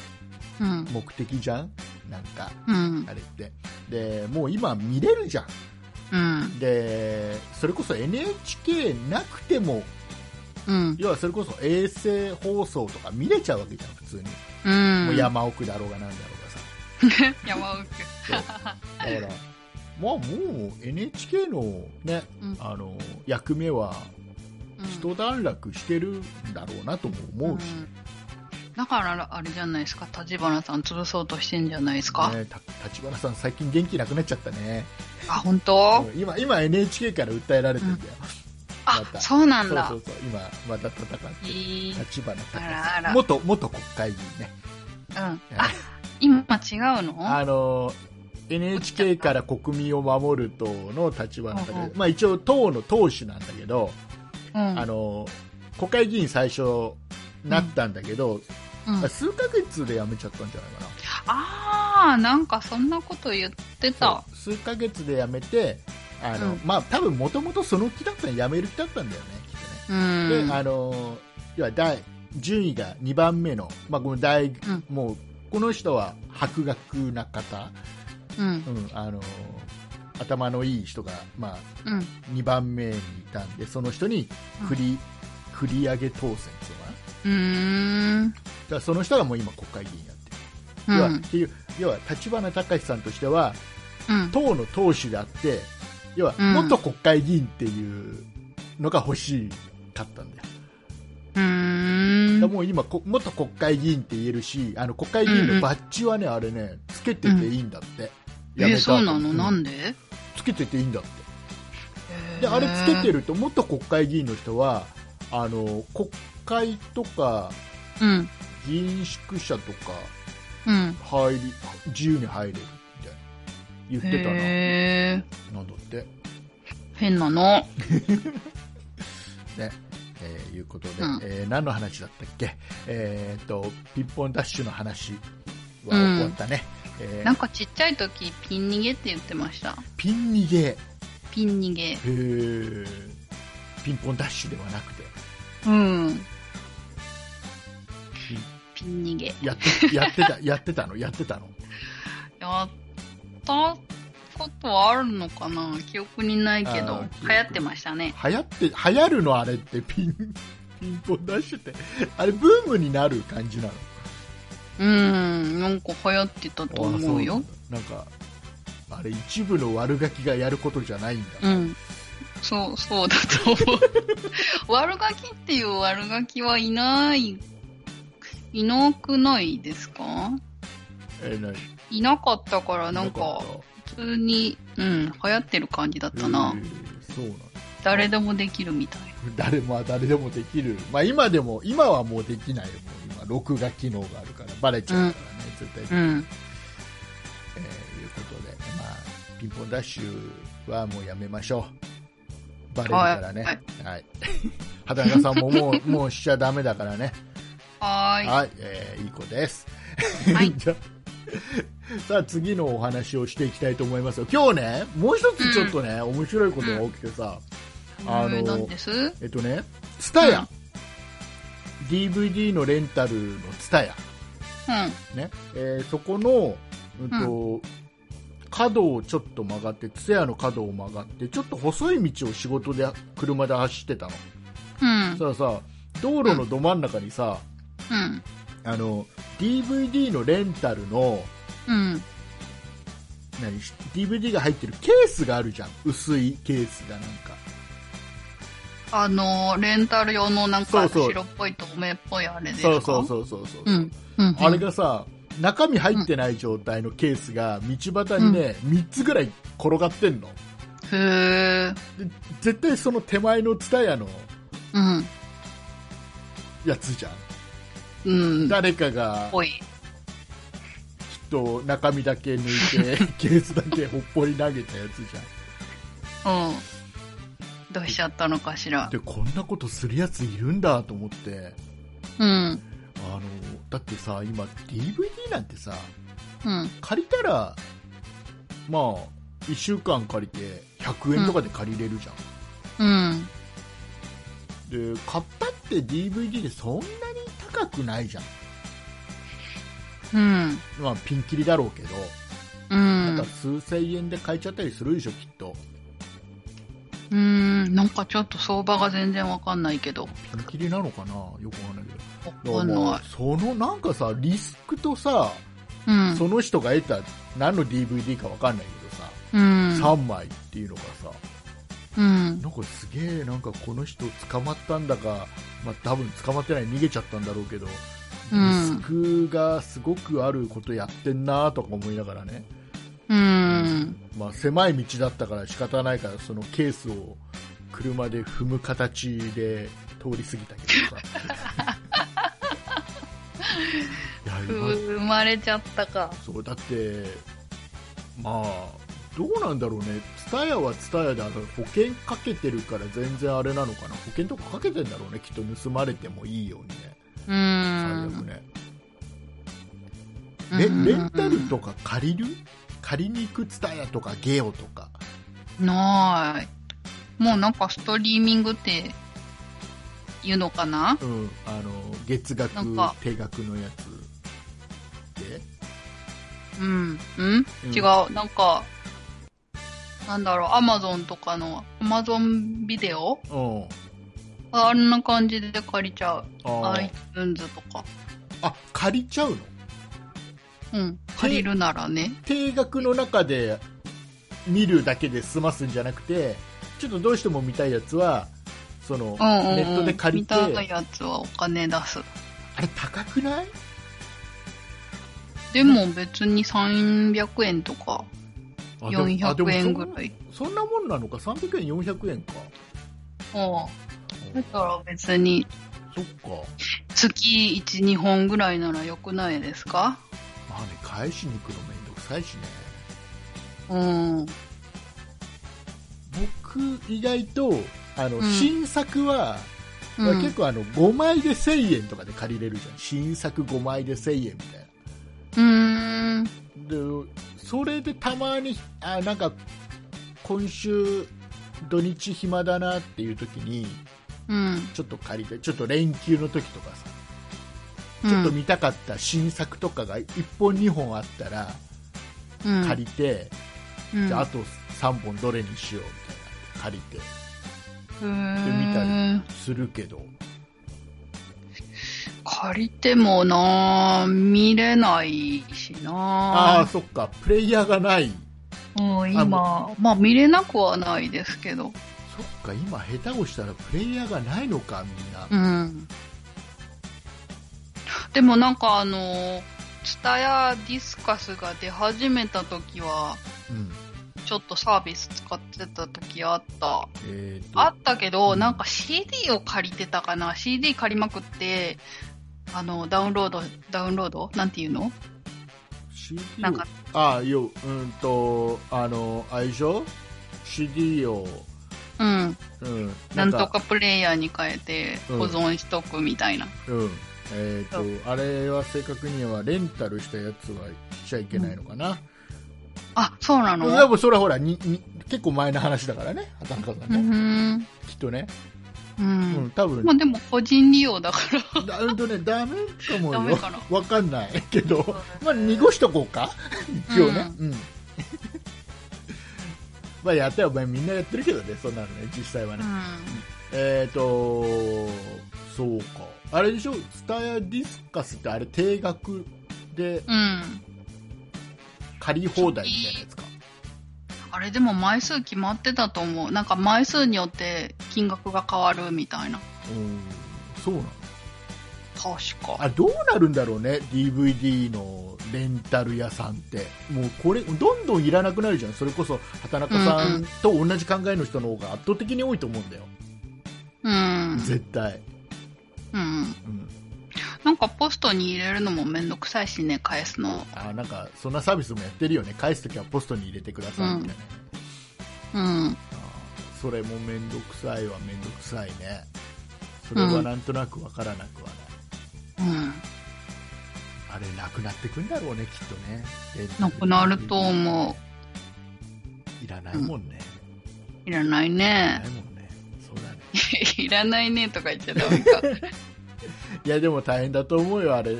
Speaker 1: うん。
Speaker 2: 目的じゃんなんか
Speaker 1: うん
Speaker 2: あ。れってでもう今見れるじゃん
Speaker 1: うん。
Speaker 2: でそれこそ NHK なくても
Speaker 1: うん。
Speaker 2: 要はそれこそ衛星放送とか見れちゃうわけじゃん普通に、
Speaker 1: うん。
Speaker 2: もう山奥だろうがなんだろう
Speaker 1: 山奥。
Speaker 2: がさだからまあもう NHK のね
Speaker 1: うん
Speaker 2: あの役目は
Speaker 1: うん
Speaker 2: 一段落してるんだろうなとも思うし、
Speaker 1: んだからあれじゃないですか、立花さん潰そうとしてんじゃないですか。
Speaker 2: ねた立花さん最近元気なくなっちゃったね
Speaker 1: あ、本当、
Speaker 2: 今今 NHK から訴えられてんだよ、
Speaker 1: あ
Speaker 2: ま、た
Speaker 1: そうなんだ。
Speaker 2: そうそうそう今また戦ってる
Speaker 1: いい
Speaker 2: 立花
Speaker 1: あ
Speaker 2: 隆
Speaker 1: らあ
Speaker 2: さん
Speaker 1: ら。
Speaker 2: 元元国会議員ね
Speaker 1: うん。あ、今違うの
Speaker 2: あの NHK から国民を守る党の立花
Speaker 1: うんう
Speaker 2: 隆
Speaker 1: ん
Speaker 2: まあ一応党の党首なんだけど、
Speaker 1: うん
Speaker 2: あの国会議員最初なったんだけど、
Speaker 1: うん
Speaker 2: 数ヶ月で辞めちゃったんじゃないかな
Speaker 1: ああなんかそんなこと言ってた
Speaker 2: 数ヶ月で辞めてあの、
Speaker 1: うん
Speaker 2: まあ多分もともとその気だったら辞める気だったんだよねきっ
Speaker 1: う
Speaker 2: と
Speaker 1: ん
Speaker 2: ねであの要は第順位が2番目の、まあ、この大、
Speaker 1: ん
Speaker 2: もうこの人は博学な方、
Speaker 1: うん
Speaker 2: うん、あの頭のいい人が、まあ、
Speaker 1: うん
Speaker 2: 2番目にいたんでその人に繰り,、繰り上げ当選っていうのかな
Speaker 1: うーん
Speaker 2: だからその人がもう今国会議員やってる、
Speaker 1: う
Speaker 2: 要は
Speaker 1: ん
Speaker 2: っていう要は立花隆さんとしては
Speaker 1: うん
Speaker 2: 党の党首であって要は
Speaker 1: うん
Speaker 2: 元国会議員っていうのが欲しかったんだよ、
Speaker 1: うーん
Speaker 2: だからもう今こ元国会議員って言えるしあの国会議員のバッジはね、あれねつけてていいんだって、や
Speaker 1: え
Speaker 2: めた
Speaker 1: そうなのなん
Speaker 2: で
Speaker 1: で
Speaker 2: つけてていいんだってであれつけて
Speaker 1: る
Speaker 2: ると元国会議員の人はあの国会とか
Speaker 1: うん
Speaker 2: 議員宿舎とか
Speaker 1: うん
Speaker 2: 入り自由に入れるみたいな言ってたな
Speaker 1: へえ
Speaker 2: なんだって、
Speaker 1: 変なの
Speaker 2: えーいうことで、
Speaker 1: うん
Speaker 2: えー何の話だったっけえーっとピンポンダッシュの話は終わったね、えー
Speaker 1: なんかちっちゃい時ピン逃げって言ってました
Speaker 2: ピン逃げへ
Speaker 1: ピン逃げ
Speaker 2: ーピンポンダッシュではなくて
Speaker 1: うんピン逃げ
Speaker 2: やってやってたやってたのやってたの
Speaker 1: やったことはあるのかな記憶にないけ
Speaker 2: あ
Speaker 1: ど
Speaker 2: ー、
Speaker 1: 流行ってましたね。
Speaker 2: 流行って流行るのあれってピン ピンポンダッシュってあれブームになる感じなの
Speaker 1: うん、なんか流行ってたと思う
Speaker 2: あ
Speaker 1: よ。
Speaker 2: そうなんだなんかあれ一部の悪ガキがやることじゃないんだ、
Speaker 1: うん。そう、そうだと思 う。悪ガキっていう悪ガキはいない、いなくないですか
Speaker 2: えーない
Speaker 1: なかったから、なん
Speaker 2: な
Speaker 1: か、普通に、うん、流行ってる感じだっ
Speaker 2: った
Speaker 1: たな
Speaker 2: え。ーそうなんだ
Speaker 1: 誰でもできるみたい。
Speaker 2: 誰も誰でもできる、まあ、今でも今はもうできないよもう今録画機能があるからバレちゃうからね、絶対、
Speaker 1: う
Speaker 2: え
Speaker 1: ん。
Speaker 2: ーいうことで、まあ、ピンポンダッシュはもうやめましょうバレるからね
Speaker 1: は
Speaker 2: はいい、 畑中さんももうもうしちゃダメだからね
Speaker 1: は
Speaker 2: はい、
Speaker 1: ー
Speaker 2: えーいい子です。
Speaker 1: い。はい
Speaker 2: じゃあさあ次のお話をしていきたいと思いますよ今日ねもう一つちょっとね、面白いことが起きてさ、あの
Speaker 1: えーなんです
Speaker 2: えっとね、ツタヤ、
Speaker 1: うん
Speaker 2: DVD のレンタルのツタヤ、
Speaker 1: う
Speaker 2: ねえーそこの、うんと角をちょっと曲がって、ツタヤの角を曲がって、ちょっと細い道を仕事で車で走ってたの。
Speaker 1: ん。うん。
Speaker 2: そしたらさ、道路のど真ん中にさ、
Speaker 1: うん。
Speaker 2: あの DVD のレンタルの
Speaker 1: うん。
Speaker 2: 何 DVD が入ってるケースがあるじゃん薄いケースがなんか
Speaker 1: あの、レンタル用のなんか
Speaker 2: そうそう
Speaker 1: 白っぽい透明っぽいあれですか
Speaker 2: そうそうそうそうそう、
Speaker 1: う。ん。うん。
Speaker 2: あれがさ、中身入ってない状態のケースが道端にね、3つぐらい転がってんの。
Speaker 1: へー
Speaker 2: で絶対その手前のツタヤの
Speaker 1: うん。
Speaker 2: やつじゃん。
Speaker 1: うん。っ
Speaker 2: 誰かが
Speaker 1: ぽい。
Speaker 2: きっと中身だ け抜いて、ケースだけほっぽり投げたやつじゃん。
Speaker 1: うん。どうしちゃったのかしら。
Speaker 2: で、こんなことするやついるんだと思って、
Speaker 1: うん。
Speaker 2: あの、だってさ、今 DVD なんてさ、
Speaker 1: うん。
Speaker 2: 借りたら、まあ、1週間借りて100円とかで借りれるじゃん。
Speaker 1: うん。
Speaker 2: で買ったって DVD でそんなに高くないじゃん、
Speaker 1: うん。
Speaker 2: まあ、ピンキリだろうけど、
Speaker 1: う
Speaker 2: なん
Speaker 1: ん
Speaker 2: か。数千円で買えちゃったりするでしょきっと
Speaker 1: うん。なんかちょっと相場が全然わかんないけど。
Speaker 2: ピンキリなのかなよくわかんないけど
Speaker 1: わかん
Speaker 2: も
Speaker 1: な
Speaker 2: うそのなんかさリスクとさ、
Speaker 1: い。うん。
Speaker 2: その人が得た何の DVD かわかんないけどさ、
Speaker 1: うん。
Speaker 2: 3枚っていうのがさ
Speaker 1: うん。
Speaker 2: なんかすげえなんかこの人捕まったんだか、まあ、多分捕まってない逃げちゃったんだろうけど
Speaker 1: う
Speaker 2: リ
Speaker 1: ん
Speaker 2: スクがすごくあることやってんなとか思いながらね、
Speaker 1: うん。
Speaker 2: まあ、狭い道だったから仕方ないからそのケースを車で踏む形で通り過ぎたけ どさいや今
Speaker 1: 生まれちゃったか。
Speaker 2: そうだってまあどうなんだろうね、蔦屋は蔦屋であの保険かけてるから全然あれなのかな、保険とかかけてんだろうね、きっと盗まれてもいいようにね、
Speaker 1: う
Speaker 2: 最
Speaker 1: ん
Speaker 2: 悪ね。
Speaker 1: うん
Speaker 2: レ
Speaker 1: うん
Speaker 2: レンタルとか借りる借りに行く蔦屋とかゲオとか、
Speaker 1: ないもうなんかストリーミングって言うのかな
Speaker 2: うん、あの月額
Speaker 1: なんか、
Speaker 2: 定額のやつで、
Speaker 1: うん、うん、
Speaker 2: うん
Speaker 1: 違うなんかなんだろうアマゾンとかのアマゾンビデオ
Speaker 2: うん、
Speaker 1: あんな感じで借りちゃう
Speaker 2: あー
Speaker 1: iTunes とか
Speaker 2: あ借りちゃうの
Speaker 1: うん借りるならね
Speaker 2: 定額の中で見るだけで済ますんじゃなくてちょっとどうしても見たいやつはその、
Speaker 1: うんうん、うん、
Speaker 2: ネットで借りて
Speaker 1: 見たいやつはお金出す
Speaker 2: あれ高くない
Speaker 1: でも別に300円とか
Speaker 2: あでもあでも
Speaker 1: 400円ぐら
Speaker 2: そ
Speaker 1: い
Speaker 2: んそんなもんなのか300円400円か
Speaker 1: ああだから別に
Speaker 2: そっか
Speaker 1: 月12本ぐらいならよくないですか
Speaker 2: まあね返しに行くのめんどくさいしね
Speaker 1: うん
Speaker 2: 僕意外とあの、
Speaker 1: うん
Speaker 2: 新作
Speaker 1: う
Speaker 2: は、
Speaker 1: ん
Speaker 2: 結構あの5枚で1000円とかで借りれるじゃん新作5枚で1000円みたいな
Speaker 1: うーん
Speaker 2: でそれでたまにあなんか今週土日暇だなっていう時に
Speaker 1: うん
Speaker 2: ちょっと借りてちょっと連休の時とかさ
Speaker 1: うん
Speaker 2: ちょっと見たかった新作とかが1本2本あったら
Speaker 1: うん
Speaker 2: 借りて、
Speaker 1: うん
Speaker 2: じゃああと3本どれにしようみたいな借り
Speaker 1: うー
Speaker 2: てみた
Speaker 1: ん
Speaker 2: てするけど
Speaker 1: 借りてもなあ見れないし
Speaker 2: ああ
Speaker 1: な
Speaker 2: そっかプレイヤーがない
Speaker 1: あうん
Speaker 2: あ
Speaker 1: 今
Speaker 2: も
Speaker 1: まあ見れなくはないですけど
Speaker 2: そっか今下手をしたらプレイヤーがないのかみんな、
Speaker 1: うんでもなんかあのツタヤディスカスが出始めた時は
Speaker 2: うん
Speaker 1: ちょっとサービス使ってた時あった
Speaker 2: えーと
Speaker 1: あったけど、
Speaker 2: うん
Speaker 1: なんか CD を借りてたかな CD 借りまくってあのダウンロードダウンロードなんていうの
Speaker 2: CD を
Speaker 1: なんか
Speaker 2: ああようんとあのあれでしょ CD を、
Speaker 1: うん
Speaker 2: うん、
Speaker 1: なんとかプレイヤーに変えて
Speaker 2: うん
Speaker 1: 保存しとくみたいな、
Speaker 2: うんえー、とあれは正確にはレンタルしたやつはしちゃいけないのかな、
Speaker 1: あそうな
Speaker 2: う
Speaker 1: の
Speaker 2: でもそれはほらにに結構前の話だからね畑中さん
Speaker 1: う
Speaker 2: ね、
Speaker 1: ん
Speaker 2: きっとね、
Speaker 1: う
Speaker 2: うん
Speaker 1: ん、
Speaker 2: 多分
Speaker 1: まあでも個人利用だから
Speaker 2: だうんとねダメかも
Speaker 1: ダメ
Speaker 2: よ
Speaker 1: かな
Speaker 2: わかんないけどまあ濁しとこうか一応ねうん、 まあやったらお前みんなやってるけどねそんなのね実際はね、えーとそうかあれでしょツタヤディスカスってあれ定額で
Speaker 1: うん、うん
Speaker 2: 借り放題みたいなやつか
Speaker 1: あれでも枚数決まってたと思うなんか枚数によって金額が変わるみたいな
Speaker 2: うんそうなの
Speaker 1: 確か
Speaker 2: あどうなるんだろうね DVD のレンタル屋さんってもうこれどんどんいらなくなるじゃんそれこそ畑中さ
Speaker 1: うんうん
Speaker 2: んと同じ考えの人の方が圧倒的に多いと思うんだよ、
Speaker 1: うん、
Speaker 2: 絶対、
Speaker 1: うん、
Speaker 2: うん、
Speaker 1: なんかポストに入れるのもめんどくさいしね返すの
Speaker 2: あなんかそんなサービスもやってるよね返すときはポストに入れてくださいみたいな、
Speaker 1: うん
Speaker 2: あーそれもめんどくさいはめんどくさいねそれはなんとなくわからなくはない、
Speaker 1: うん
Speaker 2: あれなくなってくんだろうねきっとねレンタル
Speaker 1: なくなると思
Speaker 2: いらないもんね、
Speaker 1: ういらない
Speaker 2: いら
Speaker 1: ね
Speaker 2: ないもんねそうだね
Speaker 1: いらないねとか言っちゃダメか
Speaker 2: いやでも大変だと思うよあれ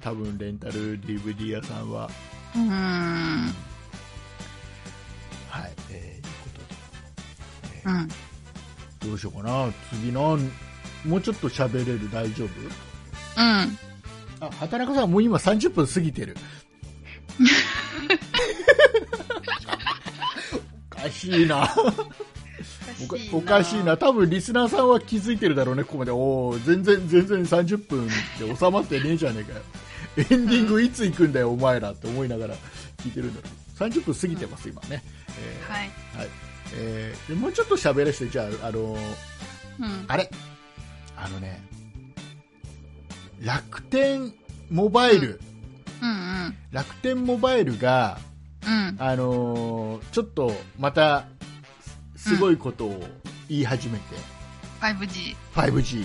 Speaker 2: 多分レンタル DVD 屋さんは
Speaker 1: うん
Speaker 2: はいえー、いうことで
Speaker 1: うん
Speaker 2: どうしようかな次なんもうちょっと喋れる大丈夫
Speaker 1: うん
Speaker 2: あ畑中さんもう今30分過ぎてるおかしいなおかおかしいな、多分リスナーさんは気づいてるだろうね、ここまで、おー全然、全然30分で収まってねえじゃねえかよ、エンディングいつ行くんだよ、お前らって思いながら聞いてるんだろう、30分過ぎてます、今ね、えー
Speaker 1: はい
Speaker 2: はいえーでもうちょっと喋らせて、じゃあ、あの
Speaker 1: うん
Speaker 2: ーあれ、あのね、楽天モバイル、
Speaker 1: うん
Speaker 2: 楽天モバイルが、
Speaker 1: ううん。
Speaker 2: あのーちょっとまたすごいことを言い始めて、
Speaker 1: 5G。
Speaker 2: 5G、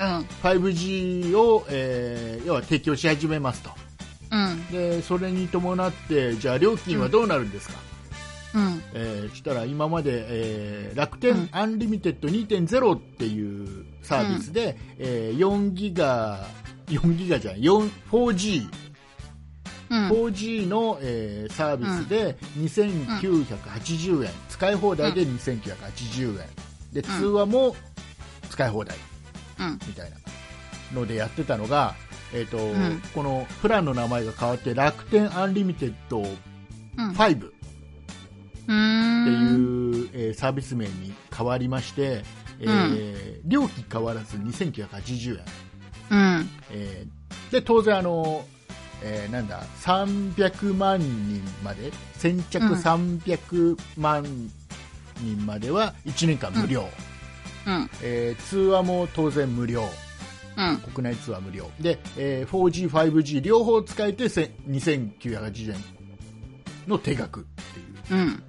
Speaker 1: うん。
Speaker 2: 5G を、えー要は提供し始めますと
Speaker 1: うん。
Speaker 2: で、それに伴って、じゃあ料金はどうなるんですか、
Speaker 1: うん。
Speaker 2: えーそしたら今まで、えー楽天アンリミテッド2.0っていうサービスで、えー4ギガ、4ギガじゃない、4 4G。
Speaker 1: うん。
Speaker 2: 4G の、えーサービスで2980円、使い放題で2980円で通話も使い放題
Speaker 1: うん。
Speaker 2: みたいなのでやってたのが、えーと
Speaker 1: ん
Speaker 2: このプランの名前が変わって楽天アンリミテッド
Speaker 1: うん。
Speaker 2: 5っていう、
Speaker 1: うん。
Speaker 2: えーサービス名に変わりまして、えー料金変わらず2980
Speaker 1: う
Speaker 2: 円、
Speaker 1: ん。
Speaker 2: えーで当然あの、えーなんだ300万人まで先着
Speaker 1: うん
Speaker 2: 300万人までは1年間無料、
Speaker 1: うん。
Speaker 2: えー通話も当然無料
Speaker 1: うん。
Speaker 2: 国内通話無料で、え 4G、5G 両方使えてせ2980円の定額っていう
Speaker 1: うん。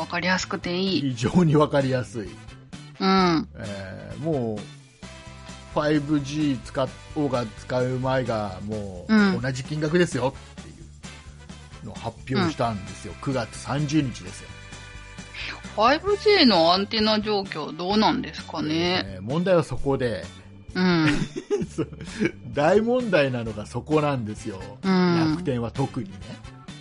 Speaker 1: わかりやすくていい。
Speaker 2: 非常に分かりやすい、
Speaker 1: うん。
Speaker 2: えーもう 5G 使おうが使う前がも
Speaker 1: う
Speaker 2: うん同じ金額ですよっていうのを発表したんですよ、9月30日ですよ、
Speaker 1: 5G のアンテナ状況どうなんですかね。
Speaker 2: えー問題はそこで
Speaker 1: うん。
Speaker 2: そう大問題なのがそこなんですよ、
Speaker 1: うん
Speaker 2: 楽天は特にね、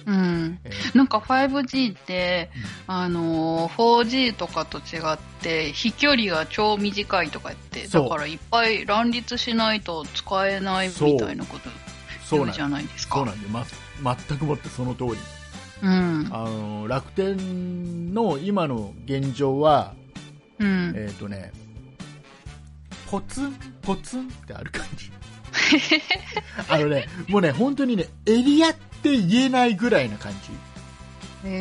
Speaker 1: うん。
Speaker 2: えー
Speaker 1: なんか 5G って、あのー 4G とかと違って飛距離が超短いとか言って
Speaker 2: そう
Speaker 1: だからいっぱい乱立しないと使えない
Speaker 2: そう
Speaker 1: みたいなこと
Speaker 2: そうなん
Speaker 1: 言うじゃないですか
Speaker 2: そうなんで、ま、全くもってその通り
Speaker 1: うん
Speaker 2: あの楽天の今の現状は、
Speaker 1: うん
Speaker 2: えっ、とねポツンポツンってある感 じあのねもうね本当にねエリアって言えないぐらいな感じ
Speaker 1: へ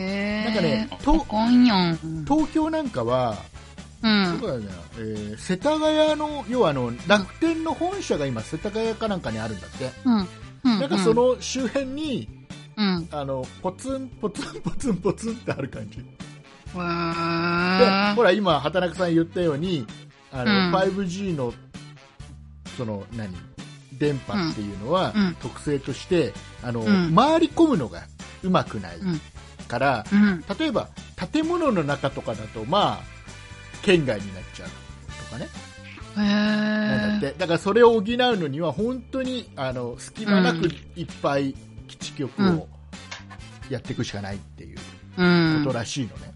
Speaker 1: え
Speaker 2: なんかねと
Speaker 1: とこんやん
Speaker 2: 東京なんかは、
Speaker 1: うん
Speaker 2: そうだねえー世田谷の要はあの楽天の本社が今世田谷かなんかにあるんだって、
Speaker 1: うんうん
Speaker 2: なんかその周辺に
Speaker 1: うん
Speaker 2: あのポツンポツンポツンポツンってある感じ
Speaker 1: う
Speaker 2: で
Speaker 1: わ
Speaker 2: ほら今、畑中さん言ったようにあの、
Speaker 1: うん
Speaker 2: 5G のその何電波っていうのは、
Speaker 1: うん
Speaker 2: 特性としてあの、
Speaker 1: うん
Speaker 2: 回り込むのがうまくない
Speaker 1: うん
Speaker 2: から、
Speaker 1: うん
Speaker 2: 例えば建物の中とかだと、まあ、県外になっちゃうとかね、
Speaker 1: へ
Speaker 2: なん
Speaker 1: え
Speaker 2: だってだからそれを補うのには本当にあの隙間な
Speaker 1: う
Speaker 2: く
Speaker 1: ん
Speaker 2: いっぱい基地局をやっていくしかないっていう
Speaker 1: う
Speaker 2: こ
Speaker 1: ん
Speaker 2: とらしいのね。
Speaker 1: うん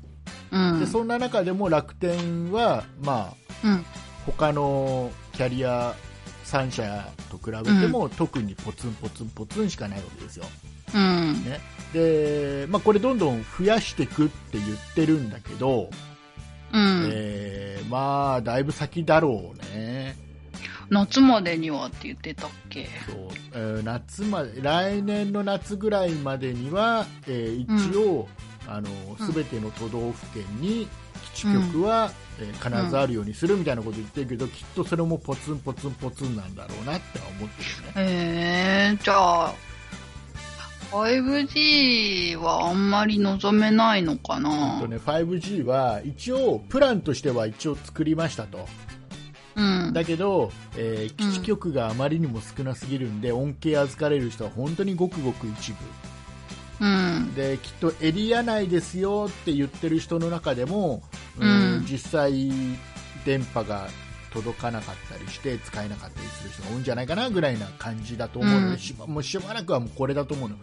Speaker 2: でそんな中でも楽天は、まあ、
Speaker 1: うん
Speaker 2: 他のキャリア3社と比べても、特にポツンポツンポツンしかないわけですよ、
Speaker 1: うん
Speaker 2: ねでまあ、これどんどん増やしていくって言ってるんだけど、
Speaker 1: うん
Speaker 2: えーまあ、だいぶ先だろうね
Speaker 1: 夏までにはって言ってたっけ
Speaker 2: そう、えー夏まで来年の夏ぐらいまでには、えー一応、あの
Speaker 1: うん
Speaker 2: 全ての都道府県に基地局は、えー必ずあるようにするみたいなこと言ってるけど、きっとそれもポツンポツンポツンなんだろうなって思ってるね。
Speaker 1: えー、じゃあ、5G はあんまり望めないのか
Speaker 2: えっ
Speaker 1: な
Speaker 2: とね、5G は一応プランとしては一応作りましたと
Speaker 1: うん。
Speaker 2: だけど、えー基地局があまりにも少なすぎるんで、恩恵預かれる人は本当にごくごく一部
Speaker 1: うん。
Speaker 2: できっとエリア内ですよって言ってる人の中でも、
Speaker 1: うん
Speaker 2: 実際電波が届かなかったりして使えなかったりする人が多いんじゃないかなぐらいな感じだと思うので、
Speaker 1: うん
Speaker 2: しばもうしばらくはもうこれだと思うの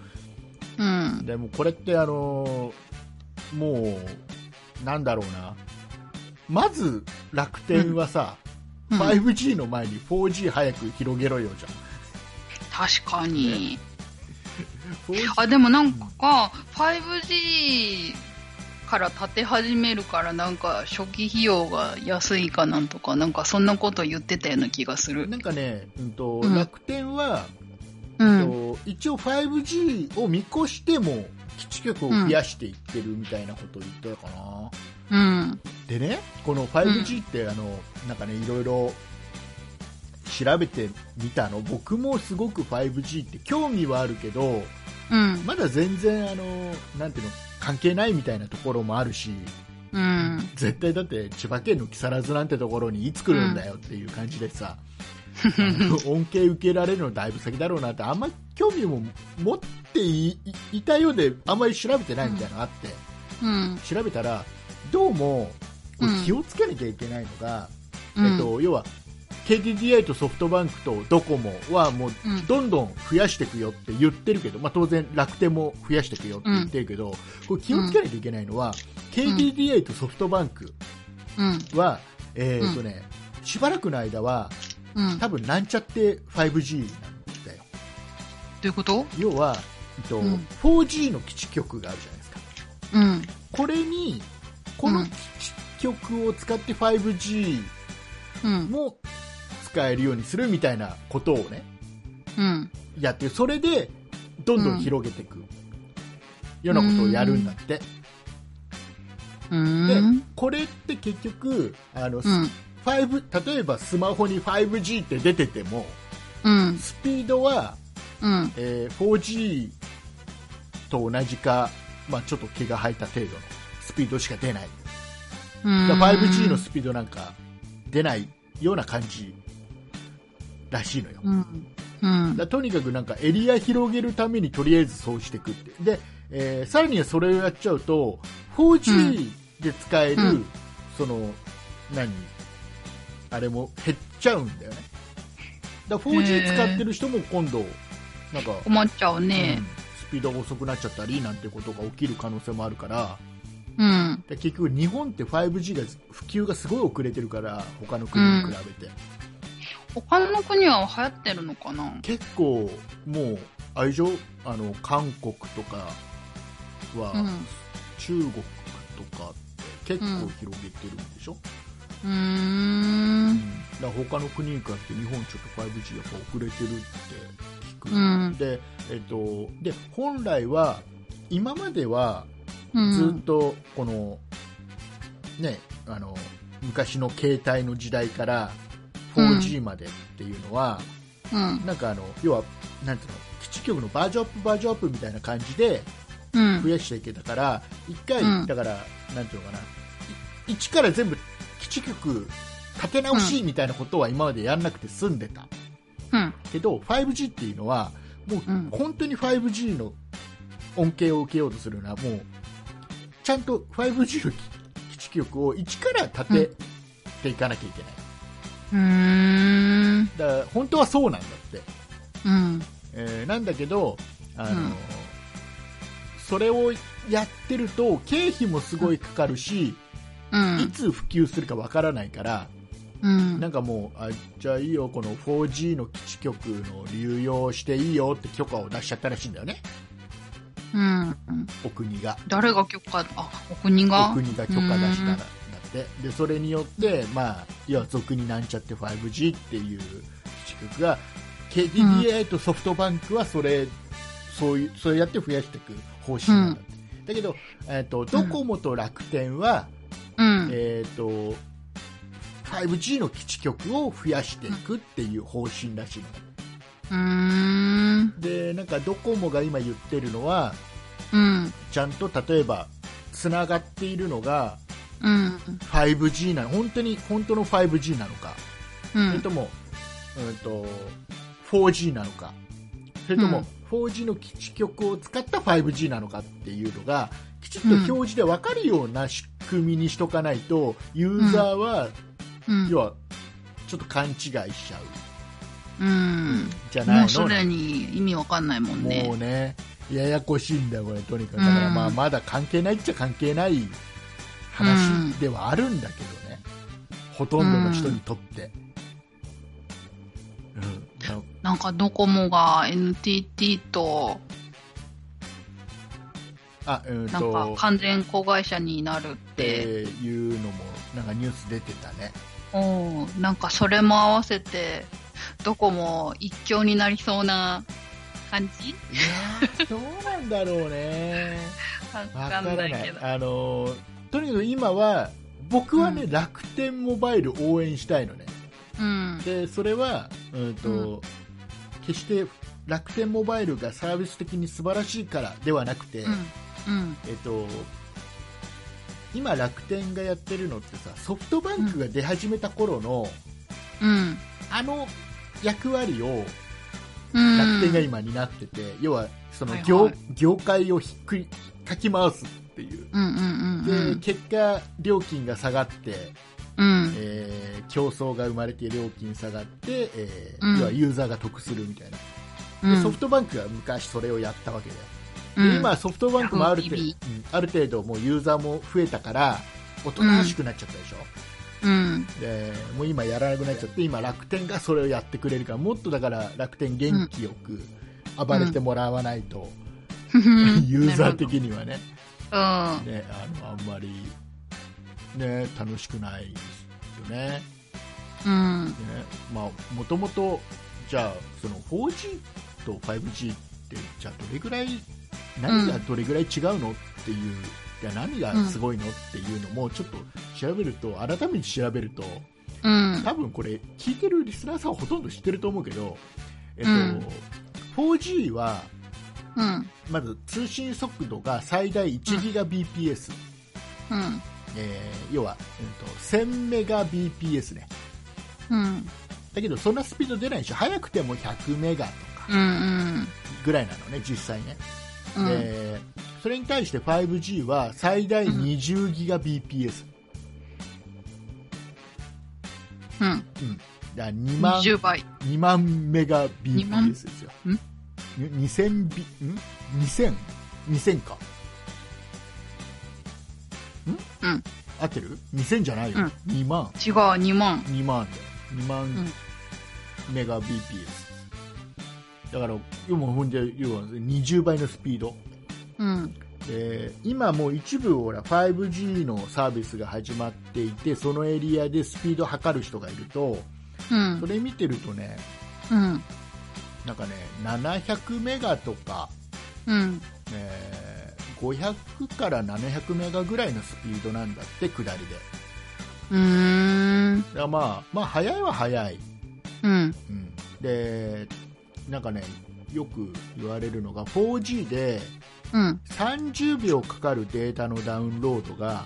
Speaker 1: うん。
Speaker 2: でもこれってあのーもうなんだろうなまず楽天はさ、
Speaker 1: うん
Speaker 2: 5G の前に 4G 早く広げろよじ
Speaker 1: 確かに。
Speaker 2: ゃん 4G
Speaker 1: あ、でもなんかか、5G から立て始めるから、なんか初期費用が安いかなんとか、なんかそんなこと言ってたような気がする。
Speaker 2: なんかね、うんと
Speaker 1: うん
Speaker 2: 楽天は、
Speaker 1: うん。
Speaker 2: と一応 5G を見越しても基地局を増やしていってるみたいなことを言ったかな、
Speaker 1: うん。
Speaker 2: でねこの 5G って、あのなんかねいろいろ調べてみたの僕もすごく 5G って興味はあるけど
Speaker 1: うん。
Speaker 2: まだ全然あのなんていうの関係ないみたいなところもあるし
Speaker 1: うん。
Speaker 2: 絶対だって千葉県の木更津なんてところにいつ来るんだよっていう感じ でさ、あの恩恵受けられるのだいぶ先だろうなってあんま興味も持っていいいたようであんまり調べてないみたいなのがあって、
Speaker 1: うん。
Speaker 2: 調べたらどうもこれ
Speaker 1: うん
Speaker 2: 気をつけなきゃいけないのが、
Speaker 1: うん
Speaker 2: えっと、要は KDDI とソフトバンクとドコモはもう
Speaker 1: うん
Speaker 2: どんどん増やしていくよって言ってるけど、まあ、当然楽天も増やしていくよって言ってるけど、これ気をつけなきゃいけないのは、KDDI とソフトバンク
Speaker 1: うん。
Speaker 2: は、えーとねしばらくの間は
Speaker 1: うん。ど
Speaker 2: 多分なんちゃって 5G なんだよ
Speaker 1: ういうこと
Speaker 2: 要は、えっと
Speaker 1: うん
Speaker 2: 4G の基地局があるじゃないですか
Speaker 1: うん。
Speaker 2: これにこの基地局を使って 5G
Speaker 1: うん。
Speaker 2: も使えるようにするみたいなことをね
Speaker 1: うん。
Speaker 2: やってそれでどんどん広げていく、ようなことをやるんだって、
Speaker 1: う
Speaker 2: で
Speaker 1: ん。
Speaker 2: これって結局あの、
Speaker 1: うん。
Speaker 2: 5例えばスマホに 5G って出てても
Speaker 1: うん。
Speaker 2: スピードは、
Speaker 1: うん。
Speaker 2: えー 4G と同じか、まあ、ちょっと毛が生えた程度のスピードしか出ないだから 5G のスピードなんか出ないような感じらしいのよ、
Speaker 1: うん。うん。
Speaker 2: だとにかくなんかエリア広げるためにとりあえずそうしていくってで、えーさらにそれをやっちゃうと 4G で使える、
Speaker 1: うん
Speaker 2: その何あれも減っちゃうんだよねだから 4G 使ってる人も今度なんか、
Speaker 1: 困っちゃう
Speaker 2: う
Speaker 1: ね
Speaker 2: ん。スピードが遅くなっちゃったりなんてことが起きる可能性もあるから
Speaker 1: うん。
Speaker 2: で結局日本って 5G が普及がすごい遅れてるから他の国に比べて、
Speaker 1: 他の国は流行ってるのかな
Speaker 2: 結構もう愛情あの韓国とかは、
Speaker 1: うん
Speaker 2: 中国とかって結構広げてるんでしょ、
Speaker 1: うー
Speaker 2: うん
Speaker 1: ん。
Speaker 2: だから他の国に比べて日本ちょっと 5G やっぱ遅れてるって聞く、
Speaker 1: うん
Speaker 2: で,、えっとで本来は今までは
Speaker 1: う
Speaker 2: ずっ
Speaker 1: ん。
Speaker 2: とこの、ねあの昔の携帯の時代から 4G までっていうのは、
Speaker 1: うん。
Speaker 2: なんかあの要はなんていうの基地局のバージョンアップバージョンアップみたいな感じで
Speaker 1: うん
Speaker 2: 増。やしていけたから一回、
Speaker 1: うん
Speaker 2: だからなんていうのかない一から全部基地局立て直しみたいなことは今までやんなくて済んでた
Speaker 1: うん。
Speaker 2: けど 5G っていうのはも
Speaker 1: うん
Speaker 2: う本当に 5G の恩恵を受けようとするのはもうちゃんと 5G の基地局を一から立てていかなきゃいけない、
Speaker 1: うーん。
Speaker 2: だから本当はそうなんだって
Speaker 1: うん。
Speaker 2: えーなんだけど、あの
Speaker 1: うん
Speaker 2: それをやってると経費もすごいかかるし、
Speaker 1: う
Speaker 2: い
Speaker 1: ん。
Speaker 2: つ普及するかわからないから、
Speaker 1: うん。
Speaker 2: なんかもうあじゃあいいよこの 4G の基地局の流用していいよって許可を出しちゃったらしいんだよね
Speaker 1: うん。
Speaker 2: お国が
Speaker 1: 誰が許可、あ、お国が
Speaker 2: お国が許可出したらだってでそれによって、まあ、いや俗になんちゃって 5G っていう基地局が KDDI とソフトバンクはそれ、そういうそれやって増やしていく方針なんだって、だけど、えー、とドコモと楽天は、
Speaker 1: うん。
Speaker 2: えー、と 5G の基地局を増やしていくっていう方針らしいのね
Speaker 1: うーん。
Speaker 2: でなんかドコモが今言ってるのは
Speaker 1: うん。
Speaker 2: ちゃんと例えばつながっているのが
Speaker 1: うん。
Speaker 2: 5G なの本当に本当の 5G なのか、
Speaker 1: う
Speaker 2: それ
Speaker 1: ん。
Speaker 2: とも、うん、と 4G なのかそれとも、
Speaker 1: うん
Speaker 2: 4G の基地局を使った 5G なのかっていうのがきちっと表示で分かるような仕組みにしとかないとユーザーは、
Speaker 1: うん
Speaker 2: 要はちょっと勘違いしちゃう
Speaker 1: うん。
Speaker 2: じゃないの、
Speaker 1: もうすでに意味わかんないもん
Speaker 2: もう
Speaker 1: ね。
Speaker 2: ねややこしいんだよこれとにかくだから、
Speaker 1: うん
Speaker 2: まあ、まだ関係ないっちゃ関係ない話ではあるんだけどね、ほとんどの人にとって、うんな
Speaker 1: なんかドコモが NTT と、
Speaker 2: あう
Speaker 1: な
Speaker 2: ん
Speaker 1: んか
Speaker 2: と
Speaker 1: 完全子会社になるっ。
Speaker 2: っていうのもなんかニュース出てたね
Speaker 1: おーなんかそれも合わせて、どこも一強になりそうな感じ
Speaker 2: いやーどうなんだろうね
Speaker 1: わ
Speaker 2: わ
Speaker 1: か
Speaker 2: か
Speaker 1: ん
Speaker 2: ら
Speaker 1: な
Speaker 2: ない
Speaker 1: け
Speaker 2: い
Speaker 1: ど。
Speaker 2: あのーとにかく今は僕はね、
Speaker 1: うん
Speaker 2: 楽天モバイル応援したいのね
Speaker 1: うん。
Speaker 2: でそれは、うんと
Speaker 1: う
Speaker 2: 決して楽天モバイルがサービス的に素晴らしいからではなくて、
Speaker 1: うんうん
Speaker 2: えっと、今、楽天がやってるのってさソフトバンクが出始めた頃の、
Speaker 1: うん
Speaker 2: あの役割を
Speaker 1: うん
Speaker 2: 楽天が今担ってて、要はその
Speaker 1: はいはい
Speaker 2: 業,、業界をひっくりかき回すっていう。
Speaker 1: うんうん
Speaker 2: で
Speaker 1: うんうん
Speaker 2: 結果、料金が下がって、
Speaker 1: うん
Speaker 2: えー競争が生まれて料金下がって、えー
Speaker 1: うん
Speaker 2: 要はユーザーが得するみたいな、
Speaker 1: う
Speaker 2: で
Speaker 1: ん
Speaker 2: ソフトバンクが昔それをやったわけだよ、
Speaker 1: うん
Speaker 2: で今、ソフトバンクもある程度、
Speaker 1: うん
Speaker 2: うんある程度もうユーザーも増えたからおとなしくなっちゃったでしょ、
Speaker 1: うん
Speaker 2: でもう今やらなくなっちゃって今、楽天がそれをやってくれるからもっとだから楽天元気よく暴れてもらわないと、 ユーザー的にはね
Speaker 1: なるほど
Speaker 2: ねあのあんまり、ね、楽しくないですよね。
Speaker 1: うんうん
Speaker 2: ねまあ、もともとじゃあその 4G と 5G ってじゃあどれぐらい何がどれぐらい違うのっていう、じゃあ何がすごいのっていうのもちょっと調べると改めて調べると
Speaker 1: うん
Speaker 2: 多分これ聞いてるリスナーさんはほとんど知ってると思うけど、えっと
Speaker 1: う
Speaker 2: 4G は
Speaker 1: うん
Speaker 2: まず通信速度が最大 1GBps、
Speaker 1: うん
Speaker 2: えー要は、えっと、1000MBps ね
Speaker 1: うん
Speaker 2: だけどそんなスピード出ないでしょ速くても100メガとか
Speaker 1: うん
Speaker 2: ぐらいなのね実際ね、
Speaker 1: うん
Speaker 2: えーそれに対して 5G は最大 20GBps、
Speaker 1: うん
Speaker 2: うん、だから2万
Speaker 1: 20倍
Speaker 2: 2万メガ BPS ですよ
Speaker 1: ん
Speaker 2: に2000ビん2000 2000かん、
Speaker 1: うん
Speaker 2: 合ってる2000じゃないよ、
Speaker 1: う
Speaker 2: 2万
Speaker 1: 違う2万
Speaker 2: 2万で2万メガ BPS、だから要はほんで要は20倍のスピード
Speaker 1: うん
Speaker 2: で今もう一部ほら 5G のサービスが始まっていてそのエリアでスピードを測る人がいると
Speaker 1: うん
Speaker 2: それ見てるとね
Speaker 1: うん
Speaker 2: なんかね700メガとか、
Speaker 1: うん
Speaker 2: えー500から700メガぐらいのスピードなんだって下りで
Speaker 1: うーん
Speaker 2: だからまあまあ早いは早い
Speaker 1: うん
Speaker 2: うんでなんかねよく言われるのが 4G で
Speaker 1: うん
Speaker 2: 30秒かかるデータのダウンロードが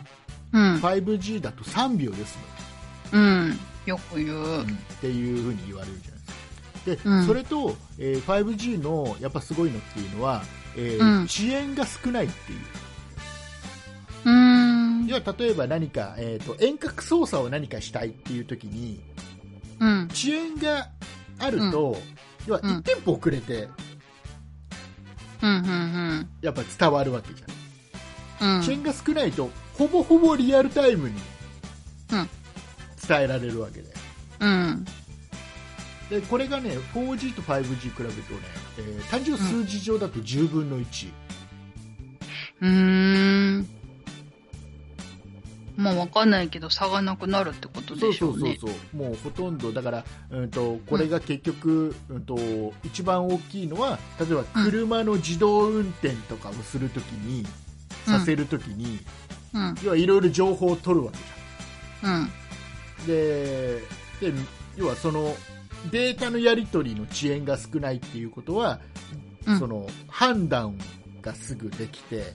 Speaker 1: うん
Speaker 2: 5G だと3秒ですね
Speaker 1: うんよく言う
Speaker 2: っていうふうに言われるじゃないですか
Speaker 1: う
Speaker 2: で、
Speaker 1: ん
Speaker 2: それと、えー 5G のやっぱすごいのっていうのは、えー
Speaker 1: うん
Speaker 2: 遅延が少ないっていう
Speaker 1: うーん
Speaker 2: 要は例えば何か、えー、と遠隔操作を何かしたいっていう時に
Speaker 1: うん
Speaker 2: 遅延があると、要は
Speaker 1: うん
Speaker 2: 1店舗遅れて
Speaker 1: うんうん
Speaker 2: やっぱ伝わるわけじゃん、
Speaker 1: うん
Speaker 2: 遅延が少ないとほぼほぼリアルタイムに
Speaker 1: うん
Speaker 2: 伝えられるわけで
Speaker 1: うん
Speaker 2: でこれがね 4G と 5G 比べるとね、えー単純数字上だと10分の1、
Speaker 1: うーんまあわかんないけど差がなくなるってこと
Speaker 2: そ
Speaker 1: で
Speaker 2: う
Speaker 1: し
Speaker 2: そ
Speaker 1: ょ
Speaker 2: う
Speaker 1: う
Speaker 2: そう
Speaker 1: ね
Speaker 2: そう、もうほとんどだから、うん、とこれが結局、うん、と一番大きいのは例えば車の自動運転とかをするときに、
Speaker 1: うん
Speaker 2: させるときに
Speaker 1: うん
Speaker 2: 要はいろいろ情報を取るわけじ
Speaker 1: うん
Speaker 2: ゃんでで要はそのデータのやり取りの遅延が少ないっていうことは、
Speaker 1: うん
Speaker 2: その判断がすぐできて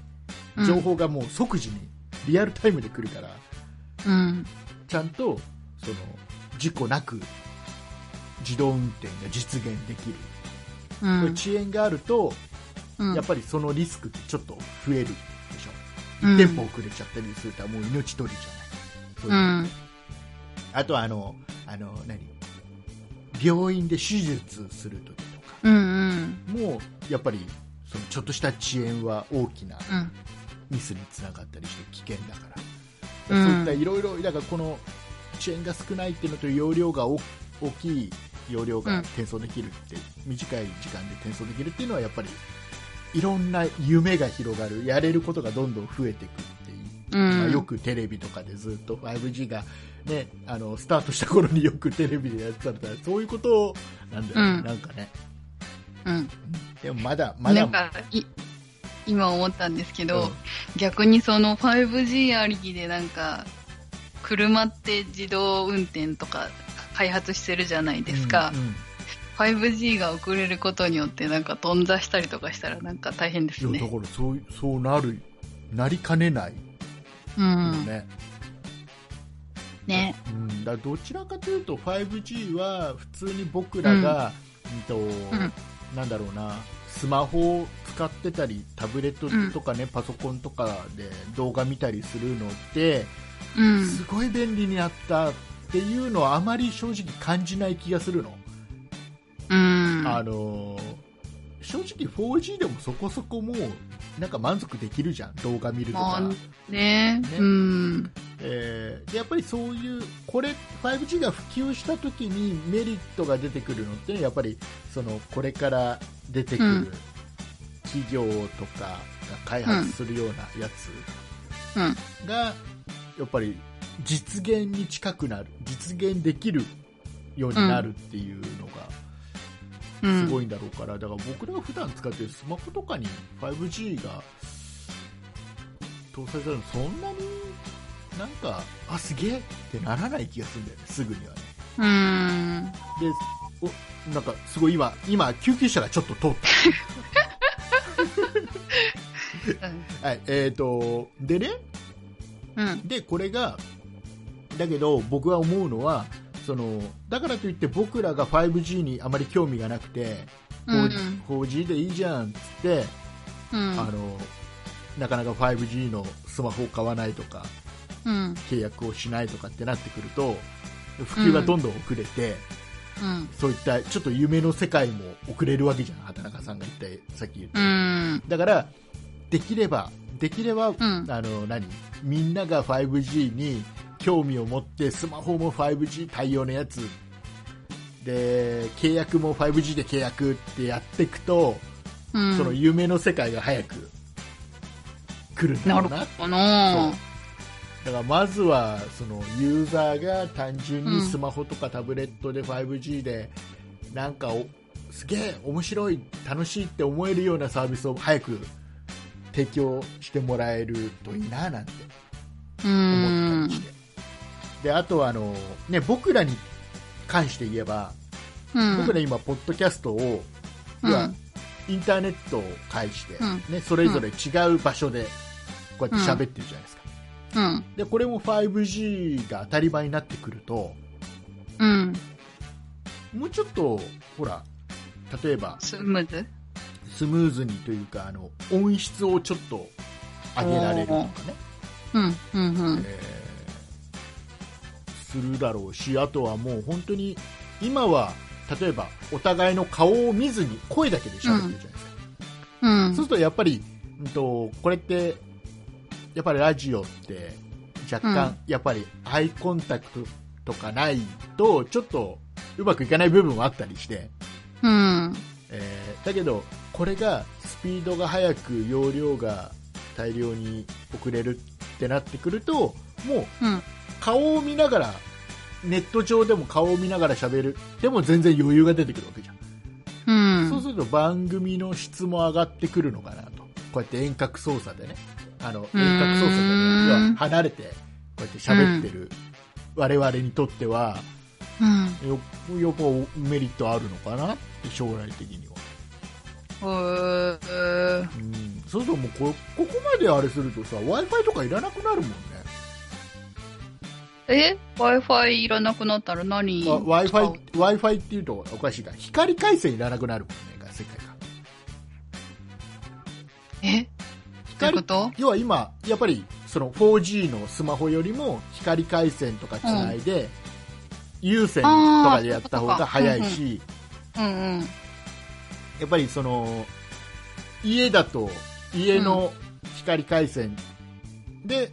Speaker 1: うん
Speaker 2: 情報がもう即時にリアルタイムで来るから、
Speaker 1: うん
Speaker 2: ちゃんとその事故なく自動運転が実現できる、
Speaker 1: う
Speaker 2: これ
Speaker 1: ん
Speaker 2: 遅延があると、
Speaker 1: うん
Speaker 2: やっぱりそのリスクってちょっと増えるでし
Speaker 1: う
Speaker 2: ょ、
Speaker 1: ん
Speaker 2: 1店舗遅れちゃったりするともう命取りじゃ
Speaker 1: う
Speaker 2: ない、
Speaker 1: ん
Speaker 2: あとはあのあの何病院で手術するときとか
Speaker 1: うんうん
Speaker 2: もうやっぱりそのちょっとした遅延は大きな
Speaker 1: うん
Speaker 2: ミスにつながったりして危険だから、
Speaker 1: うん
Speaker 2: そういったいろいろだからこの遅延が少ないっていうのと容量が大大きい容量が転送できるって、短い時間で転送できるっていうのはやっぱりいろんな夢が広がるやれることがどんどん増えていくっていう、
Speaker 1: うん
Speaker 2: まあよくテレビとかでずっと 5G が、ね、あのスタートした頃によくテレビでやってたみたいなそういうことなんだよね、
Speaker 1: うん
Speaker 2: なんかね
Speaker 1: うん
Speaker 2: でもまだま
Speaker 1: な
Speaker 2: だ
Speaker 1: んかい今思ったんですけど、
Speaker 2: うん
Speaker 1: 逆にその 5G ありきでなんか車って自動運転とか開発してるじゃないですか、
Speaker 2: うんうん
Speaker 1: 5G が遅れることによってなんか頓挫したりとかしたらなんか大変です
Speaker 2: いやだ
Speaker 1: ね。
Speaker 2: からそうそうなるなりかねないよ
Speaker 1: うん。
Speaker 2: ね,、
Speaker 1: ね。
Speaker 2: うんだからどちらかというと 5G は普通に僕らが、うんと
Speaker 1: ん
Speaker 2: なんだろうなスマホを使ってたりタブレットとかね、パソコンとかで動画見たりするのって、
Speaker 1: うん。
Speaker 2: すごい便利になったっていうのはあまり正直感じない気がするの。
Speaker 1: うん。
Speaker 2: あのー正直 4G でもそこそこもうなんか満足できるじゃん動画見ると
Speaker 1: ま
Speaker 2: か、
Speaker 1: あね
Speaker 2: ね
Speaker 1: うん。
Speaker 2: えーでやっぱりそういうこれ 5G が普及した時にメリットが出てくるのってね、やっぱりそのこれから出てく
Speaker 1: うん
Speaker 2: る企業とかが開発するようなやつ
Speaker 1: うん。
Speaker 2: がやっぱり実現に近くなる実現できるようになるっていうのが
Speaker 1: う
Speaker 2: す
Speaker 1: ん。
Speaker 2: ごいんだろうから、だから僕らが普段使ってるスマホとかに 5G が搭載されるのそんなになんかあすげえってならない気がするんだよねすぐにはね
Speaker 1: うん。
Speaker 2: でおなんかすごい今今救急車がちょっと通っ
Speaker 1: うん
Speaker 2: た、はいえー、とでね
Speaker 1: うん。
Speaker 2: でこれがだけど僕が思うのはそのだからといって僕らが 5G にあまり興味がなくて 4G, 4G でいいじゃんっつって、
Speaker 1: うん。
Speaker 2: あのなかなか 5G のスマホを買わないとか
Speaker 1: うん。
Speaker 2: 契約をしないとかってなってくると普及がどんどん遅れて、
Speaker 1: うん。
Speaker 2: そういったちょっと夢の世界も遅れるわけじゃん畑中さんが言ったさっき言った、
Speaker 1: うん。
Speaker 2: だからできればできれば、
Speaker 1: ん
Speaker 2: あの何みんなが 5G に興味を持ってスマホも 5G 対応のやつで契約も 5G で契約ってやっていくと、
Speaker 1: うん。
Speaker 2: その夢の世界が早く来るん
Speaker 1: な
Speaker 2: だろ
Speaker 1: る
Speaker 2: うな
Speaker 1: かな
Speaker 2: そうだからまずはそのユーザーが単純にスマホとかタブレットで 5G でなんかおすげえ面白い楽しいって思えるようなサービスを早く提供してもらえるといいななんて
Speaker 1: う
Speaker 2: 思った
Speaker 1: ん
Speaker 2: りして、であとはあの、ね、僕らに関して言えば、
Speaker 1: うん。
Speaker 2: 僕ら今ポッドキャストを、
Speaker 1: うん
Speaker 2: 要はインターネットを介して、
Speaker 1: うん
Speaker 2: ね、それぞれ違う場所でこうやって喋ってるじゃないですか、
Speaker 1: うん。
Speaker 2: でこれも 5G が当たり前になってくると
Speaker 1: うん。
Speaker 2: もうちょっとほら例えば
Speaker 1: スムーズ
Speaker 2: スムーズにというかあの音質をちょっと上げられるとかね、
Speaker 1: うん。うん。うん。
Speaker 2: えーするだろうしあとはもう本当に今は例えばお互いの顔を見ずに声だけで喋ってるじゃないですか、
Speaker 1: うん
Speaker 2: そうするとやっぱり、うん、とこれってやっぱりラジオって若
Speaker 1: う
Speaker 2: 干
Speaker 1: ん
Speaker 2: やっぱりアイコンタクトとかないとちょっとうまくいかない部分もあったりして、
Speaker 1: うん。
Speaker 2: えーだけどこれがスピードが速く容量が大量に遅れるってなってくるともう
Speaker 1: うん。
Speaker 2: 顔を見ながらネット上でも顔を見ながら喋るでも全然余裕が出てくるわけじゃん、
Speaker 1: うん。
Speaker 2: そうすると番組の質も上がってくるのかなとこうやって遠隔操作でねあの
Speaker 1: ーん
Speaker 2: 遠隔操作でね要は離れてこうやって喋ってる我々にとっては
Speaker 1: うん。
Speaker 2: よよっぱメリットあるのかなって将来的には。
Speaker 1: うー
Speaker 2: うんそうするともうこここまであれするとさ w i f i とかいらなくなるもんね、
Speaker 1: え ?Wi-Fi いらなくなったら何
Speaker 2: w i f i w i f i っていうとおかしいから光回線いらなくなるもんね世界が
Speaker 1: えどういうこと
Speaker 2: 要は今やっぱりその 4G のスマホよりも光回線とかつないで、有線とかでやった方が早い
Speaker 1: あーそ
Speaker 2: し、
Speaker 1: うんうん。
Speaker 2: やっぱりその家だと家の光回線で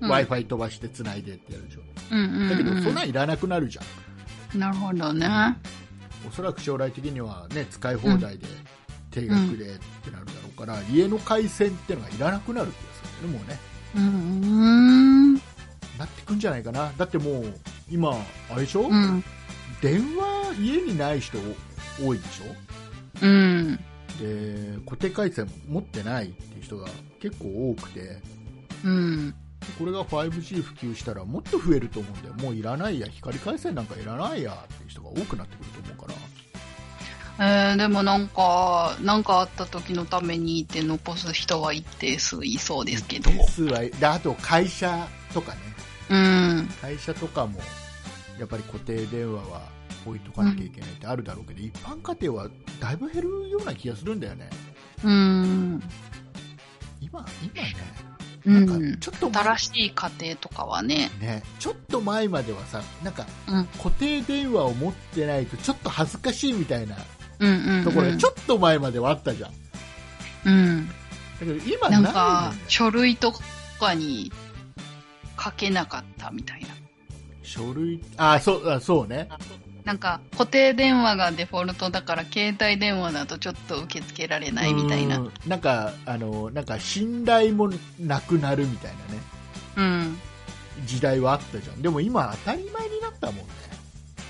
Speaker 1: うん
Speaker 2: w i f i 飛ばしてつないでってやるでしょ、
Speaker 1: うんうんうん。
Speaker 2: だけどそんなんいらなくなるじゃん
Speaker 1: なるほどね。
Speaker 2: おそらく将来的には、ね、使い放題で、定額でってなるだろうから、家の回線ってのがいらなくなるってやつだよね、もうね、
Speaker 1: うん。
Speaker 2: なってくんじゃないかな、だってもう、今、あれでしょ、
Speaker 1: うん。
Speaker 2: 電話、家にない人多いでし
Speaker 1: うん。
Speaker 2: ょ、で固定回線持ってないっていう人が結構多くて、
Speaker 1: うん。
Speaker 2: これが 5G 普及したら、もっと増えると思うんだよ、もういらないや、光回線なんかいらないやっていう人が多くなってくると思うから。
Speaker 1: えーでもなんか、なんかあった時のためにって残す人は一定数いそうですけど。
Speaker 2: 実はであと会社とかね
Speaker 1: うん。
Speaker 2: 会社とかもやっぱり固定電話は置いとかなきゃいけないってあるだろうけど、一般家庭はだいぶ減るような気がするんだよね
Speaker 1: うん。
Speaker 2: 今今ね
Speaker 1: う
Speaker 2: なんか
Speaker 1: ん。
Speaker 2: ちょっと前
Speaker 1: 新しい家庭とかはね。
Speaker 2: ね、ちょっと前まではさなんか
Speaker 1: うん
Speaker 2: 固定電話を持ってないとちょっと恥ずかしいみたいな
Speaker 1: うんうん、うん。
Speaker 2: ところがちょっと前まではあったじゃん、
Speaker 1: うん。
Speaker 2: だけど今
Speaker 1: な
Speaker 2: ない
Speaker 1: ん
Speaker 2: もん
Speaker 1: か
Speaker 2: ね、
Speaker 1: 書類とかに書けなかったみたいな。
Speaker 2: 書類あそうあそうね
Speaker 1: なんか、固定電話がデフォルトだから、携帯電話だとちょっと受け付けられないみたいな。
Speaker 2: うんなんかあのなんか信頼もなくなるみたいなね
Speaker 1: うん。
Speaker 2: 時代はあったじゃんでも今当たり前になったもんね、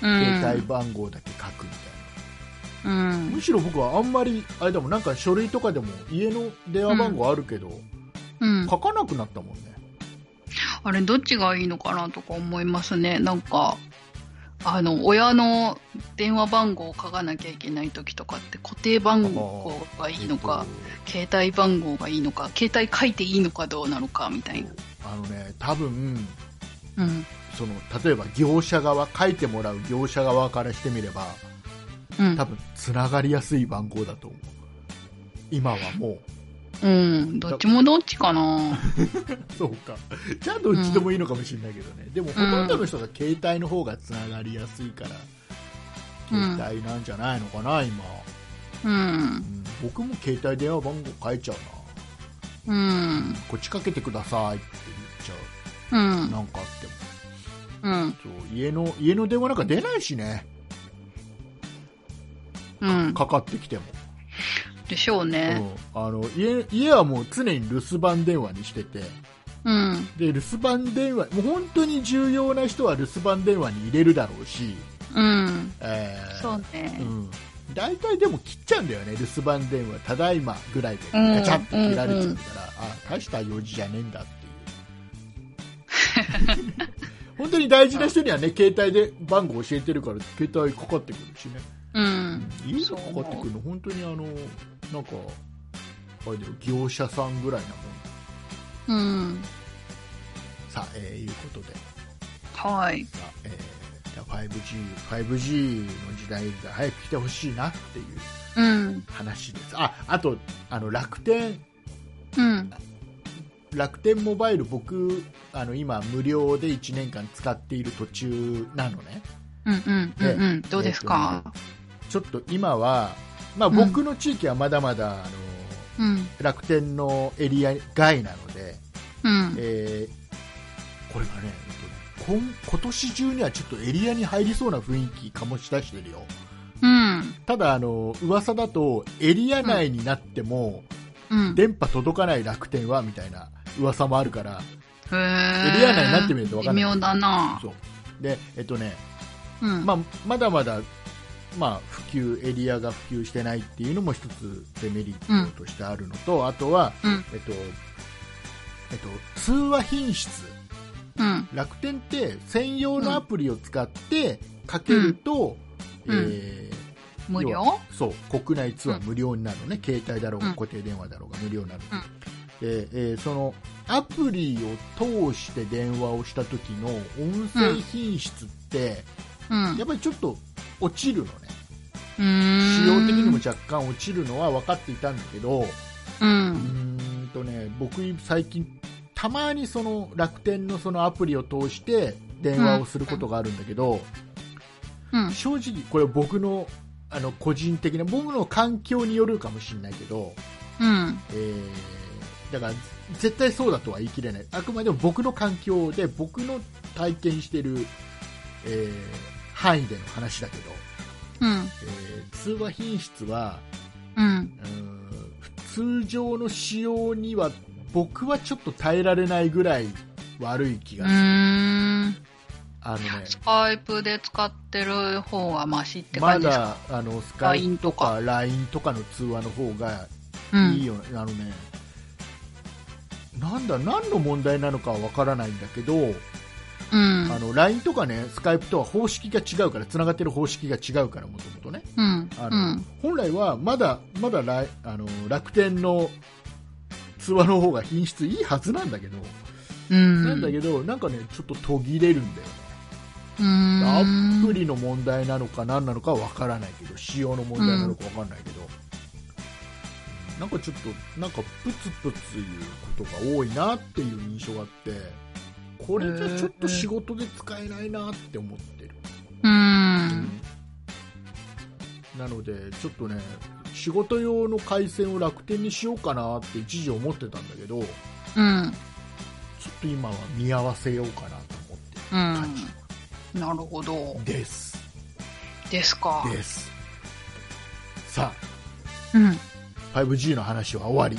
Speaker 1: うん。
Speaker 2: 携帯番号だけ書くみたい
Speaker 1: うん。
Speaker 2: なむしろ僕はあんまりあれだもんなんか書類とかでも家の電話番号あるけど、
Speaker 1: うん。
Speaker 2: 書かなくなったもんね
Speaker 1: あれ、どっちがいいのかなとか思いますね。なんか、あの、親の電話番号を書かなきゃいけない時とかって、固定番号がいいのか、携帯番号がいいのか、携帯書いていいのかどうなのかみた
Speaker 2: えっ
Speaker 1: い
Speaker 2: と
Speaker 1: な。
Speaker 2: あのね多分
Speaker 1: うん。
Speaker 2: その例えば業者側書いてもらう業者側からしてみれば
Speaker 1: うん
Speaker 2: 多。分つながりやすい番号だと思う今はも う
Speaker 1: うん。どっちもどっちかな。
Speaker 2: そうか。じゃあどっちでもいいのかもしれないけどね。でもほとんどの人が携帯の方がつながりやすいから、
Speaker 1: うん
Speaker 2: 携帯なんじゃないのかな、今。
Speaker 1: うん
Speaker 2: う。ん僕も携帯電話番号変えちゃう
Speaker 1: うん
Speaker 2: な。。こっちかけてくださいって言っちゃ
Speaker 1: う
Speaker 2: う。
Speaker 1: ん。
Speaker 2: なんかあっても。
Speaker 1: うん。
Speaker 2: そう家の、家の電話なんか出ないしね。
Speaker 1: うん。
Speaker 2: かかってきても。
Speaker 1: でしょう
Speaker 2: う
Speaker 1: ね。
Speaker 2: ん、あの家家はもう常に留守番電話にしてて。
Speaker 1: うん。
Speaker 2: で、留守番電話、もう本当に重要な人は留守番電話に入れるだろうし。
Speaker 1: うん。
Speaker 2: えー
Speaker 1: そうね
Speaker 2: う。ん、大体でも切っちゃうんだよね、留守番電話、ただいまぐらいで
Speaker 1: うん
Speaker 2: ガチャッと切られちゃうから、あ大した用事じゃねえんだっていう。 本当に大事な人にはね、携帯で番号教えてるから、携帯かかってくるしね、
Speaker 1: うん。
Speaker 2: 家にかかってくるの、本当にあの、なんか、あれだよ、業者さんぐらいなもん。
Speaker 1: うん。
Speaker 2: さあ、えーいうことで、
Speaker 1: はい。
Speaker 2: まあえーじゃあ 5G、5G の時代が早く来てほしいなっていう
Speaker 1: うん。
Speaker 2: 話です。あ、あと、あの、楽天、
Speaker 1: うん。
Speaker 2: 楽天モバイル僕あの今無料で1年間使っている途中なのね
Speaker 1: うんうんうんうん。どうですか、
Speaker 2: ちょっと今は、まあ、
Speaker 1: うん
Speaker 2: 僕の地域はまだまだ、あの
Speaker 1: うん。
Speaker 2: 楽天のエリア外なので、
Speaker 1: うん。
Speaker 2: えーこれがね,、えっとね今今年中にはちょっとエリアに入りそうな雰囲気醸し出してるよ
Speaker 1: うん。
Speaker 2: ただあの噂だとエリア内になっても、
Speaker 1: うん。
Speaker 2: 電波届かない楽天はみたいな噂もあるから
Speaker 1: へえ
Speaker 2: エリア内になってみるとわかんない
Speaker 1: 微妙だな。
Speaker 2: そうでえっとね
Speaker 1: うん。
Speaker 2: まあ、まだまだ、まあ、普及エリアが普及してないっていうのも一つデメリットとしてあるのと、あとは、
Speaker 1: うん
Speaker 2: えっとえっと、通話品質
Speaker 1: うん。
Speaker 2: 楽天って専用のアプリを使ってかけると、
Speaker 1: うん
Speaker 2: えー
Speaker 1: 無
Speaker 2: 要
Speaker 1: 料
Speaker 2: はそう国内通話無料になるのね、携帯だろうが
Speaker 1: うん
Speaker 2: 固定電話だろうが無料になる、
Speaker 1: うん
Speaker 2: でえーそのアプリを通して電話をした時の音声品質って、
Speaker 1: うん。
Speaker 2: やっぱりちょっと落ちるのね、
Speaker 1: うーん
Speaker 2: 仕様的にも若干落ちるのは分かっていたんだけど、
Speaker 1: う。
Speaker 2: うんーんとね、僕、最近、たまにその楽天のそのアプリを通して電話をすることがあるんだけど、
Speaker 1: うん。
Speaker 2: 正直、これ、僕のあの個人的な、僕の環境によるかもしれないけど、
Speaker 1: うん。
Speaker 2: えーだから、絶対そうだとは言い切れない、あくまでも僕の環境で、僕の体験してる、えー範囲での話だけど、
Speaker 1: うん。
Speaker 2: えー通話品質は
Speaker 1: うん。
Speaker 2: うーん通常の仕様には僕はちょっと耐えられないぐらい悪い気
Speaker 1: う
Speaker 2: がする、
Speaker 1: ーん。
Speaker 2: あのね
Speaker 1: スカイプで使ってる方がマシって
Speaker 2: ま
Speaker 1: 感じですか、
Speaker 2: だあのスカイ
Speaker 1: LINE
Speaker 2: プと
Speaker 1: と
Speaker 2: か
Speaker 1: か
Speaker 2: LINE とかの通話の方が
Speaker 1: う
Speaker 2: いい
Speaker 1: ん。
Speaker 2: よ、あのねなんだ何の問題なのかはわからないんだけど
Speaker 1: うん
Speaker 2: あの LINE とかねスカイプとは方式が違うからつながってる方式が違うからもともとね
Speaker 1: うん
Speaker 2: あの、本来はまだまだライあの楽天の通話の方が品質いいはずなんだけど、
Speaker 1: うん
Speaker 2: なんだけどなんかねちょっと途切れるんだよね
Speaker 1: うん
Speaker 2: アプリの問題なのか何なのかわからないけど仕様の問題なのかわかんないけど、なんかちょっとなんかプツプツいうことが多いなっていう印象があってこれじゃちょっと仕事で使えないなって思ってる、
Speaker 1: うん
Speaker 2: なのでちょっとね仕事用の回線を楽天にしようかなって一時思ってたんだけどちょ
Speaker 1: うん
Speaker 2: っと今は見合わせようかなと思って
Speaker 1: う
Speaker 2: る
Speaker 1: ん
Speaker 2: 感じ
Speaker 1: なるほど
Speaker 2: です、
Speaker 1: ですか
Speaker 2: ですさ
Speaker 1: うん
Speaker 2: 5G の話は終わり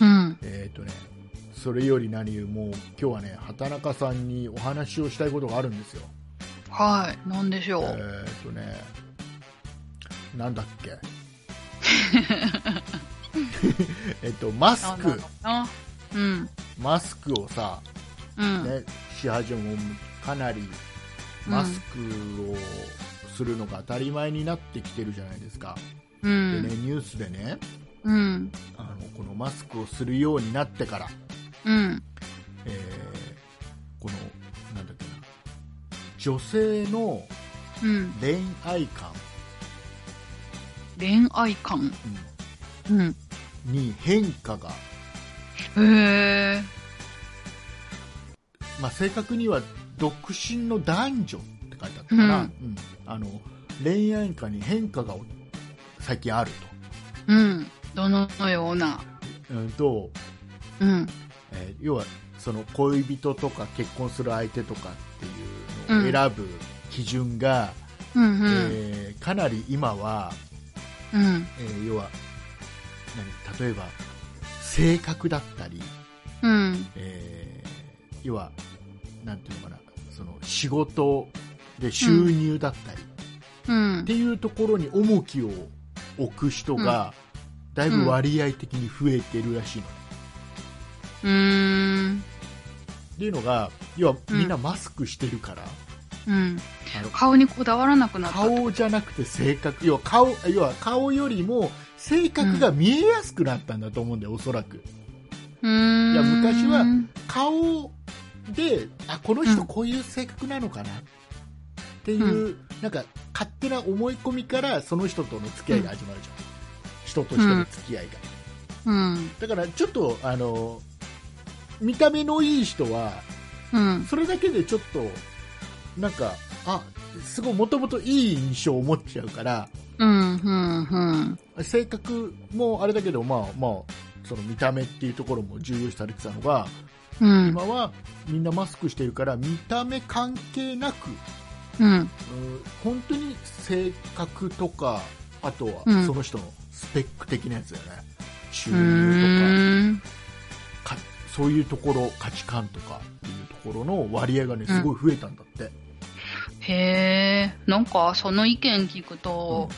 Speaker 1: うん
Speaker 2: えーとね、それより何よりもう今日はね畑中さんにお話をしたいことがあるんですよ。
Speaker 1: はいなんでしょ
Speaker 2: え
Speaker 1: う、
Speaker 2: ーとねなんだっ けえっとマス
Speaker 1: なん
Speaker 2: ク
Speaker 1: だろうなうん
Speaker 2: マスクをさ、
Speaker 1: うん、
Speaker 2: ね、し始めもかなりマスクをするのが当たり前になってきてるじゃないですか。
Speaker 1: う
Speaker 2: でね
Speaker 1: ん
Speaker 2: ニュースでね
Speaker 1: うん
Speaker 2: あのこのマスクをするようになってから
Speaker 1: うん
Speaker 2: えーこのなんだっけな女性の
Speaker 1: うん
Speaker 2: 恋愛観
Speaker 1: 恋愛観うん
Speaker 2: うんに変化が、
Speaker 1: へえ
Speaker 2: まあ、正確には独身の男女って書いてあったから、
Speaker 1: う
Speaker 2: うんんあの恋愛観に変化が最近ある
Speaker 1: うんどのような
Speaker 2: と,、うんと
Speaker 1: うん
Speaker 2: えー要はその恋人とか結婚する相手とかっていうのを選ぶ基準が、
Speaker 1: うんうん、
Speaker 2: えーかなり今は
Speaker 1: うん
Speaker 2: えー要は何例えば性格だったり、
Speaker 1: うん
Speaker 2: えー要はなんていうのかなその仕事で収入だったり、
Speaker 1: うん
Speaker 2: っていうところに重きを置く人が、だいぶ割合的に増えてるらしいの、
Speaker 1: うーん
Speaker 2: っていうのが要は
Speaker 1: うん
Speaker 2: みんなマスクしてるから、
Speaker 1: うん
Speaker 2: あの
Speaker 1: 顔にこだわらなくなったって
Speaker 2: 顔じゃなくて性格要は顔要は顔よりも性格が見えやすくなったんだと思うんだよ、おそらく。
Speaker 1: うーん
Speaker 2: いや昔は
Speaker 1: うん
Speaker 2: 顔であこの
Speaker 1: う
Speaker 2: 人
Speaker 1: ん
Speaker 2: こういう性格なのかな、っていう、
Speaker 1: う
Speaker 2: なんか勝手な思い込みからその人との付き合いが始まるじゃん、人と人の付き合いが、
Speaker 1: うん
Speaker 2: だからちょっとあの見た目のいい人は
Speaker 1: うん
Speaker 2: それだけでちょっとなんかあすごいもともといい印象を持っちゃうから
Speaker 1: うんうんうん
Speaker 2: 性格もあれだけど、まあまあ、その見た目っていうところも重要視されてたの
Speaker 1: う
Speaker 2: が、
Speaker 1: ん
Speaker 2: 今はみんなマスクしてるから見た目関係なく
Speaker 1: うん
Speaker 2: うん本当に性格とかあとは
Speaker 1: うん
Speaker 2: その人のスペック的なやつだよね、収
Speaker 1: うー
Speaker 2: 入
Speaker 1: ん
Speaker 2: とかかそういうところ価値観とかっていうところの割合がねすごい増えたんだって、
Speaker 1: へえんかその意見聞く
Speaker 2: うん
Speaker 1: と、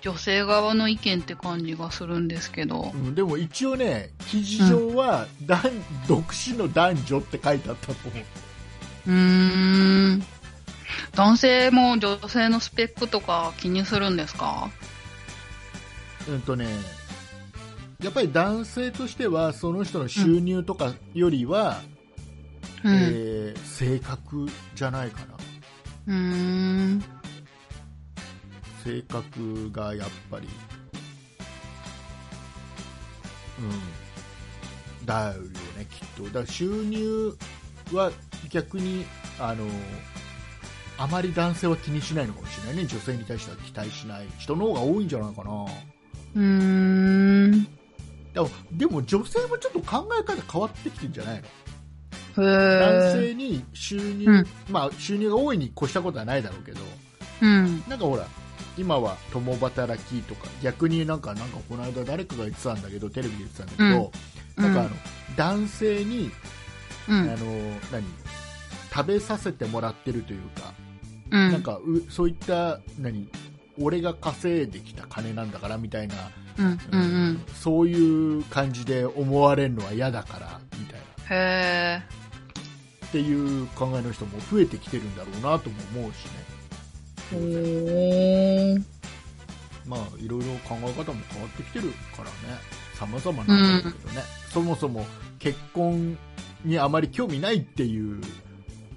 Speaker 1: 女性側の意見って感じがするんですけど
Speaker 2: うんでも一応ね記事上は、男独身の男女って書いてあったと思う
Speaker 1: うーん男性も女性のスペックとか気にするんですか
Speaker 2: うんとね、やっぱり男性としてはその人の収入とかよりは、
Speaker 1: うん、
Speaker 2: えー性格じゃないかな
Speaker 1: うーん
Speaker 2: 性格がやっぱり、うん、だよねきっとだから収入は逆にあのあまり男性は気にしないのかもしれないね女性に対しては期待しない人の方が多いんじゃないかな
Speaker 1: うーん
Speaker 2: でもでも女性もちょっと考え方変わってきてんじゃないの
Speaker 1: へ
Speaker 2: 男
Speaker 1: え
Speaker 2: 性に収入、
Speaker 1: うん
Speaker 2: まあ収入が多いに越したことはないだろうけど、
Speaker 1: うん
Speaker 2: なんかほら、今は共働きとか、逆になんか、なんかこの間誰かが言ってたんだけど、テレビで言ってたんだけど、
Speaker 1: うん
Speaker 2: なんかあの、男性に、
Speaker 1: う
Speaker 2: あの
Speaker 1: ん、
Speaker 2: 何、食べさせてもらってるというか、
Speaker 1: うん
Speaker 2: なんかう、そういった、何、俺が稼いできた金なんだからみたいな、
Speaker 1: うんうんうん
Speaker 2: そういう感じで思われるのは嫌だから、みたいな。
Speaker 1: へえ
Speaker 2: っていう考えの人も増えてきてるんだろうなとも思うしね、
Speaker 1: へー
Speaker 2: まあ、いろいろ考え方も変わってきてるからね、様々なんだけどね、そもそも結婚にあまり興味ないっていう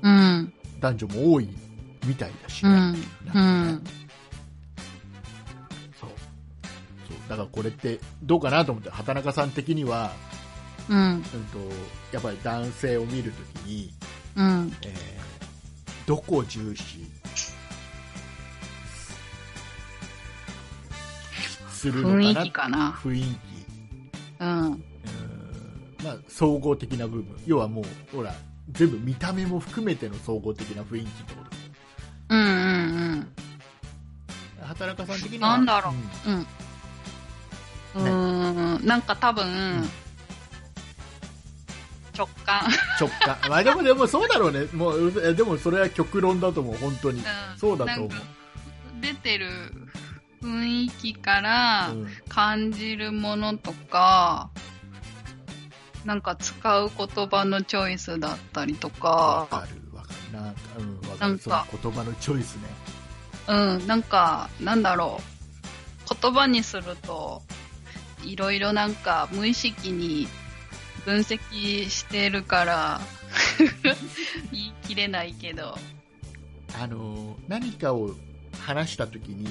Speaker 1: うん
Speaker 2: 男女も多いみたいだし
Speaker 1: う
Speaker 2: ね。
Speaker 1: んう
Speaker 2: なん
Speaker 1: ん
Speaker 2: かねそうそうだからこれってどうかなと思って畑中さん的には、
Speaker 1: うん
Speaker 2: うん、とやっぱり男性を見るときに、
Speaker 1: うん
Speaker 2: えーどこを重視するのかな
Speaker 1: 雰囲気かな
Speaker 2: 雰囲気
Speaker 1: うん
Speaker 2: うんまあ、総合的な部分要はもうほら全部見た目も含めての総合的な雰囲気ってこと
Speaker 1: うんうん
Speaker 2: 畑中さん的には
Speaker 1: なんだろう
Speaker 2: うん
Speaker 1: うんうんうーんなんか多分直感
Speaker 2: 直感、まあ、でもでもそうだろうねもうえでもそれは極論だと思う本当に
Speaker 1: うん
Speaker 2: そうだと思う
Speaker 1: なんか出てる雰囲気から
Speaker 2: うん
Speaker 1: 感じるものとかなんか使う言葉のチョイスだったりと
Speaker 2: わ
Speaker 1: か
Speaker 2: かるわかるなんかうんわ
Speaker 1: な
Speaker 2: かる
Speaker 1: ん
Speaker 2: その
Speaker 1: か
Speaker 2: 言葉のチョイスね
Speaker 1: うん、なんか、なんだろう。言葉にすると、いろいろなんか無意識に分析してるから、 言い切れないけど。
Speaker 2: あのー何かを話した時に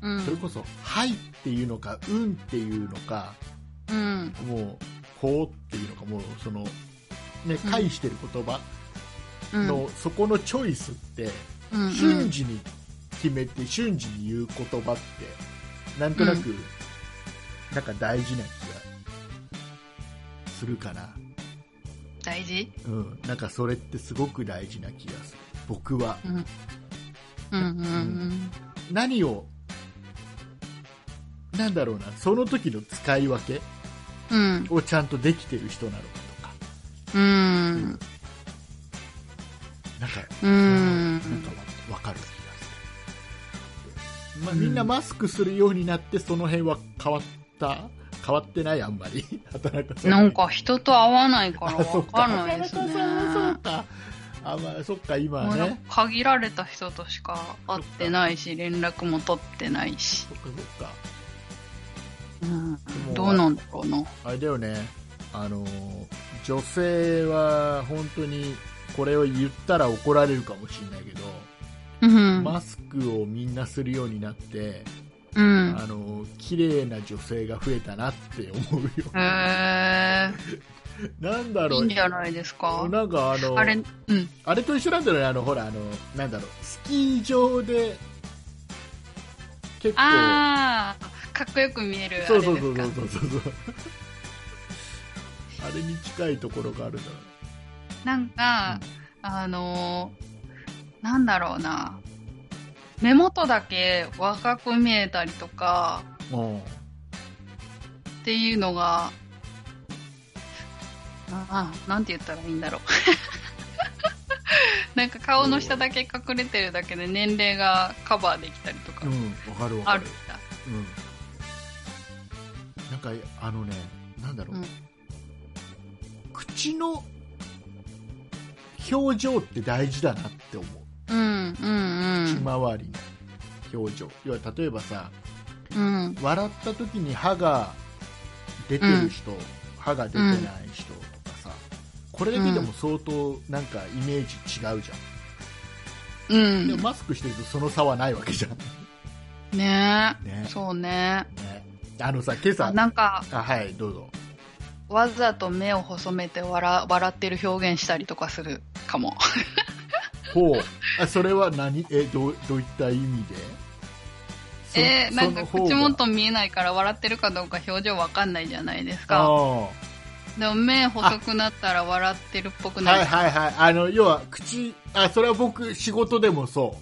Speaker 1: うん。
Speaker 2: それこそ「はい」っていうのか「うん」っていうのか
Speaker 1: うん。
Speaker 2: もう「こう」っていうのかもうそのね
Speaker 1: うん
Speaker 2: 返してる言葉
Speaker 1: うん。
Speaker 2: の、そこのチョイスって
Speaker 1: うん、うん。
Speaker 2: 瞬時に決めて瞬時に言う言葉ってなんとなく、なんか大事な気がするかな、
Speaker 1: 大事
Speaker 2: うん、なんかそれってすごく大事な気がする僕は
Speaker 1: うん。うんうん
Speaker 2: 何をなんだろうなその時の使い分け
Speaker 1: うん。うん。
Speaker 2: をちゃんとできてる人なのかとか
Speaker 1: うん。
Speaker 2: なんか
Speaker 1: う
Speaker 2: なん
Speaker 1: ん。
Speaker 2: かわ分かる気がする、まあ、みんなマスクするようになってその辺は変わった変わってないあんまり働かさ
Speaker 1: なんか人と会わないから
Speaker 2: あそ
Speaker 1: わ
Speaker 2: っか
Speaker 1: かんないですね。
Speaker 2: 働かさんはそうかあまあそっか今
Speaker 1: も
Speaker 2: は
Speaker 1: う
Speaker 2: ね
Speaker 1: なんか限られた人としか会ってないし、連絡も取ってないし。
Speaker 2: そっかそっか
Speaker 1: うん
Speaker 2: も
Speaker 1: どうなんだろうな。
Speaker 2: あれだよね、あの女性は本当にこれを言ったら怒られるかもしれないけど、
Speaker 1: うん。
Speaker 2: マスクをみんなするようになって、
Speaker 1: うん。
Speaker 2: あの綺麗な女性が増えたなって思うよ。
Speaker 1: へ
Speaker 2: なんだ
Speaker 1: え、い
Speaker 2: ろ
Speaker 1: い
Speaker 2: うん
Speaker 1: じゃないですか。
Speaker 2: なんかあの
Speaker 1: あれ、うん。
Speaker 2: あれと一緒なんだよね、あのほらあのなんだろうスキー場で結構
Speaker 1: ああ、かっこよく見える。
Speaker 2: そうそうそう
Speaker 1: あれ
Speaker 2: そう
Speaker 1: ですか
Speaker 2: そうそうそうあれに近いところがあるんだろうね
Speaker 1: なんか、あのーなんだろうな。目元だけ若く見えたりとか
Speaker 2: うん
Speaker 1: っていうのが、ああ、なんて言ったらいいんだろう。 なんか顔の下だけ隠れてるだけで年齢がカバーできたりとか
Speaker 2: うん、わかるわか
Speaker 1: あ
Speaker 2: る
Speaker 1: るんだ。
Speaker 2: うん、なんかあのねなんだろう、
Speaker 1: うん
Speaker 2: 口の表情って大事だなって思う
Speaker 1: うん、うん、
Speaker 2: 口周りの表情、要は例えばさ
Speaker 1: うん。うん、
Speaker 2: 笑った時に歯が出てる人、歯が出てない人とかさこれだけでも相当なんかイメージ違うじゃ、
Speaker 1: うん
Speaker 2: で
Speaker 1: ん
Speaker 2: も。マスクしてるとその差はないわけじゃん
Speaker 1: ね
Speaker 2: ね
Speaker 1: え。そうね。
Speaker 2: ねあのさ今朝
Speaker 1: なんか、
Speaker 2: あはいどうぞ
Speaker 1: わざと目を細めて笑笑ってる表現したりとかするかも。
Speaker 2: ほうあそれは何えどうどういった意味でそ
Speaker 1: えー、なんか
Speaker 2: その方
Speaker 1: 口
Speaker 2: が
Speaker 1: 元見えないから笑ってるかどうか表情わかんないじゃないです
Speaker 2: あ
Speaker 1: か。
Speaker 2: ー
Speaker 1: でも目細くなったら笑ってるっぽくな
Speaker 2: はい
Speaker 1: る。
Speaker 2: はいはいあの要は口あそれは僕仕事でもそ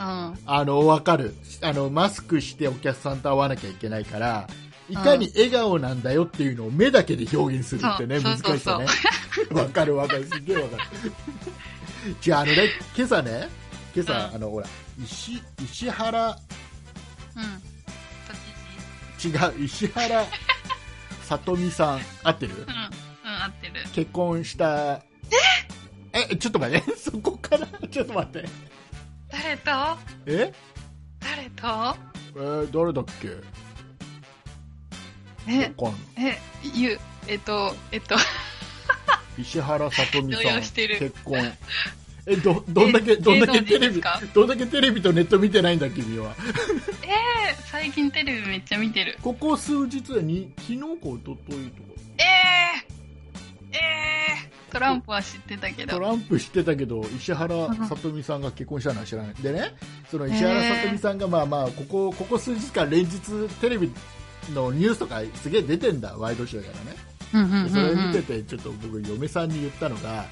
Speaker 2: う
Speaker 1: うん。
Speaker 2: あのわかるあのマスクしてお客さんと会わなきゃいけないからいかに笑顔なんだよっていうのを目だけで表現するってね、
Speaker 1: そう
Speaker 2: 難しさね わかるわかるすげえわかるじゃああのね今朝ね今朝、
Speaker 1: う
Speaker 2: あのほら石石原
Speaker 1: うん。都知
Speaker 2: 違う石原さとみさん合ってる
Speaker 1: 事うん。うん、合ってる。
Speaker 2: 結婚したえええちょっと待って、 そこから、ちょっと待って。
Speaker 1: 誰と
Speaker 2: え
Speaker 1: 誰と
Speaker 2: えー誰だっけ
Speaker 1: え、
Speaker 2: わかんない
Speaker 1: え、ゆ、えっと、えっと、
Speaker 2: 石原さとみ
Speaker 1: 動
Speaker 2: さん
Speaker 1: 揺してる
Speaker 2: 結婚えどどんだけどんだけテ
Speaker 1: 芸能人
Speaker 2: レ
Speaker 1: です
Speaker 2: ビ
Speaker 1: か
Speaker 2: どんだけテレビとネット見てないんだ君は
Speaker 1: え最近テレビめっちゃ見てる。
Speaker 2: ここ数日はに昨日か一昨日とか
Speaker 1: えー、えー、トランプは知ってたけ
Speaker 2: ト
Speaker 1: ど。
Speaker 2: ランプ知ってたけど石原さとみさんが結婚したのは知らないでねその石
Speaker 1: へ
Speaker 2: 原
Speaker 1: ー
Speaker 2: さとみさんがまあまあここここ数日間連日テレビのニュースとかすげえ出てんだワイドショーやからね
Speaker 1: うんうん
Speaker 2: でそれ見ててちょっと僕嫁さんに言ったのが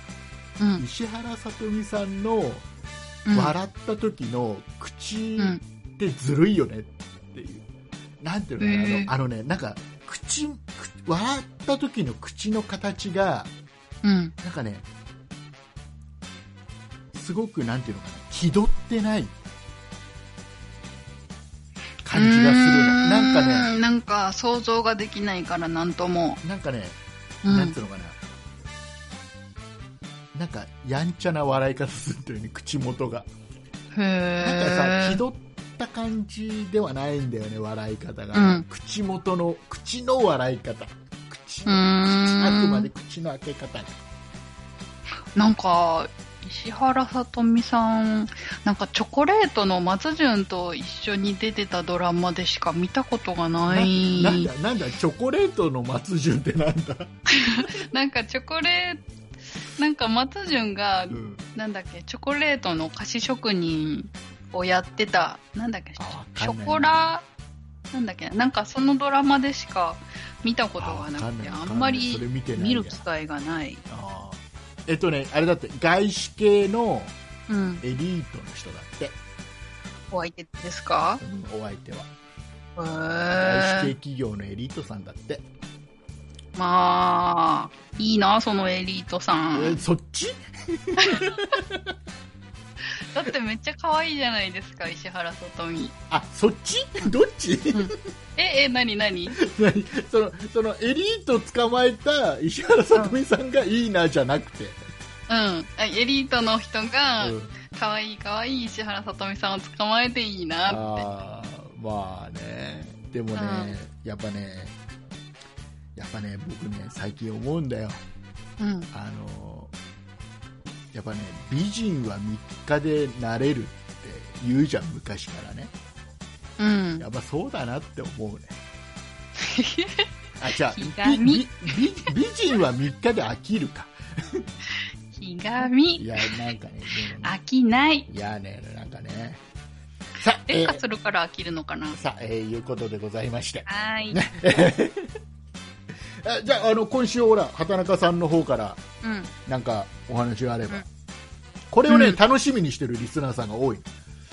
Speaker 1: うん
Speaker 2: 石原さとみさんの
Speaker 1: うん
Speaker 2: 笑った時の口
Speaker 1: うん
Speaker 2: ってずるいよねっていう、なんていうのかな、
Speaker 1: へー
Speaker 2: あのあのね、なんか口、口笑った時の口の形が、
Speaker 1: うん。
Speaker 2: なんかね、すごくなんていうのかな、気取ってない感じがするのなんかね、
Speaker 1: ね。なんか想像ができないからなんとも。
Speaker 2: なんかね、
Speaker 1: うん
Speaker 2: なんていうのかな、なんかやんちゃな笑い方するんだよね、口元が。なんか
Speaker 1: へ
Speaker 2: さ気
Speaker 1: ー
Speaker 2: 取った感じではないんだよね笑い方が、
Speaker 1: うん
Speaker 2: 口元の口の笑い方
Speaker 1: う
Speaker 2: 口
Speaker 1: ー
Speaker 2: の
Speaker 1: ん
Speaker 2: あくまで口の開け方が
Speaker 1: なんか、石原さとみさん、なんかチョコレートの松潤と一緒に出てたドラマでしか見たことがない。
Speaker 2: ななんだなんだチョコレートの松潤ってなんだ、
Speaker 1: なんかチョコレート、なんか松潤が
Speaker 2: う、ん、
Speaker 1: なんだっけ、チョコレートの菓子職人をやってた、なんだっけ、
Speaker 2: あわ
Speaker 1: シ
Speaker 2: かんな
Speaker 1: ョ
Speaker 2: い
Speaker 1: コラ、なんだっけ、なんかそのドラマでしか見たこと
Speaker 2: あわ
Speaker 1: がな
Speaker 2: か
Speaker 1: く
Speaker 2: な
Speaker 1: て、
Speaker 2: い
Speaker 1: あ
Speaker 2: わか
Speaker 1: んま
Speaker 2: ないそれ
Speaker 1: り
Speaker 2: 見てない
Speaker 1: 見
Speaker 2: や
Speaker 1: る機会がない。
Speaker 2: あーえっとねあれだって外資系の
Speaker 1: うん。
Speaker 2: エリートの人だって、
Speaker 1: お相手ですか
Speaker 2: うんお相手は
Speaker 1: へ
Speaker 2: 外資系
Speaker 1: ー。
Speaker 2: 企業のエリートさんだって、
Speaker 1: まあ、いいな、そのエリートさ
Speaker 2: え
Speaker 1: ん。
Speaker 2: そっち
Speaker 1: だってめっちゃ可愛いじゃない ですか、石原さとみ。
Speaker 2: あそっち どっち
Speaker 1: え、え、なになに
Speaker 2: 何そのそのエリート捕まえた石原さとみさんがいいなじゃなくて、
Speaker 1: うんあ。エリートの人が、
Speaker 2: うん
Speaker 1: 可愛い可愛い石原さとみさんを捕まえていいなって。
Speaker 2: あーまあねでもね、やっぱねやっぱね僕ね最近思うんだよ
Speaker 1: うん。
Speaker 2: あのやっぱね美人は3日でなれるって言うじゃん昔からね
Speaker 1: うん
Speaker 2: や。っぱそうだなって思うねあじゃ
Speaker 1: ひ
Speaker 2: あ
Speaker 1: がみ
Speaker 2: びび美人は3日で飽きるか
Speaker 1: ひが
Speaker 2: い
Speaker 1: み、
Speaker 2: やなんかねでもね
Speaker 1: 飽きない。
Speaker 2: いやね、なんかね。さあ、え
Speaker 1: 劣化
Speaker 2: ー
Speaker 1: するから飽きるのかな。
Speaker 2: さあ、えーいうことでございまして。
Speaker 1: はーい。
Speaker 2: あじゃあ、あの、今週、ほら、畑中さんの方から、
Speaker 1: うん。
Speaker 2: なんか、お話があれば。
Speaker 1: うん
Speaker 2: これをね、
Speaker 1: うん
Speaker 2: 楽しみにしてるリスナーさんが多い。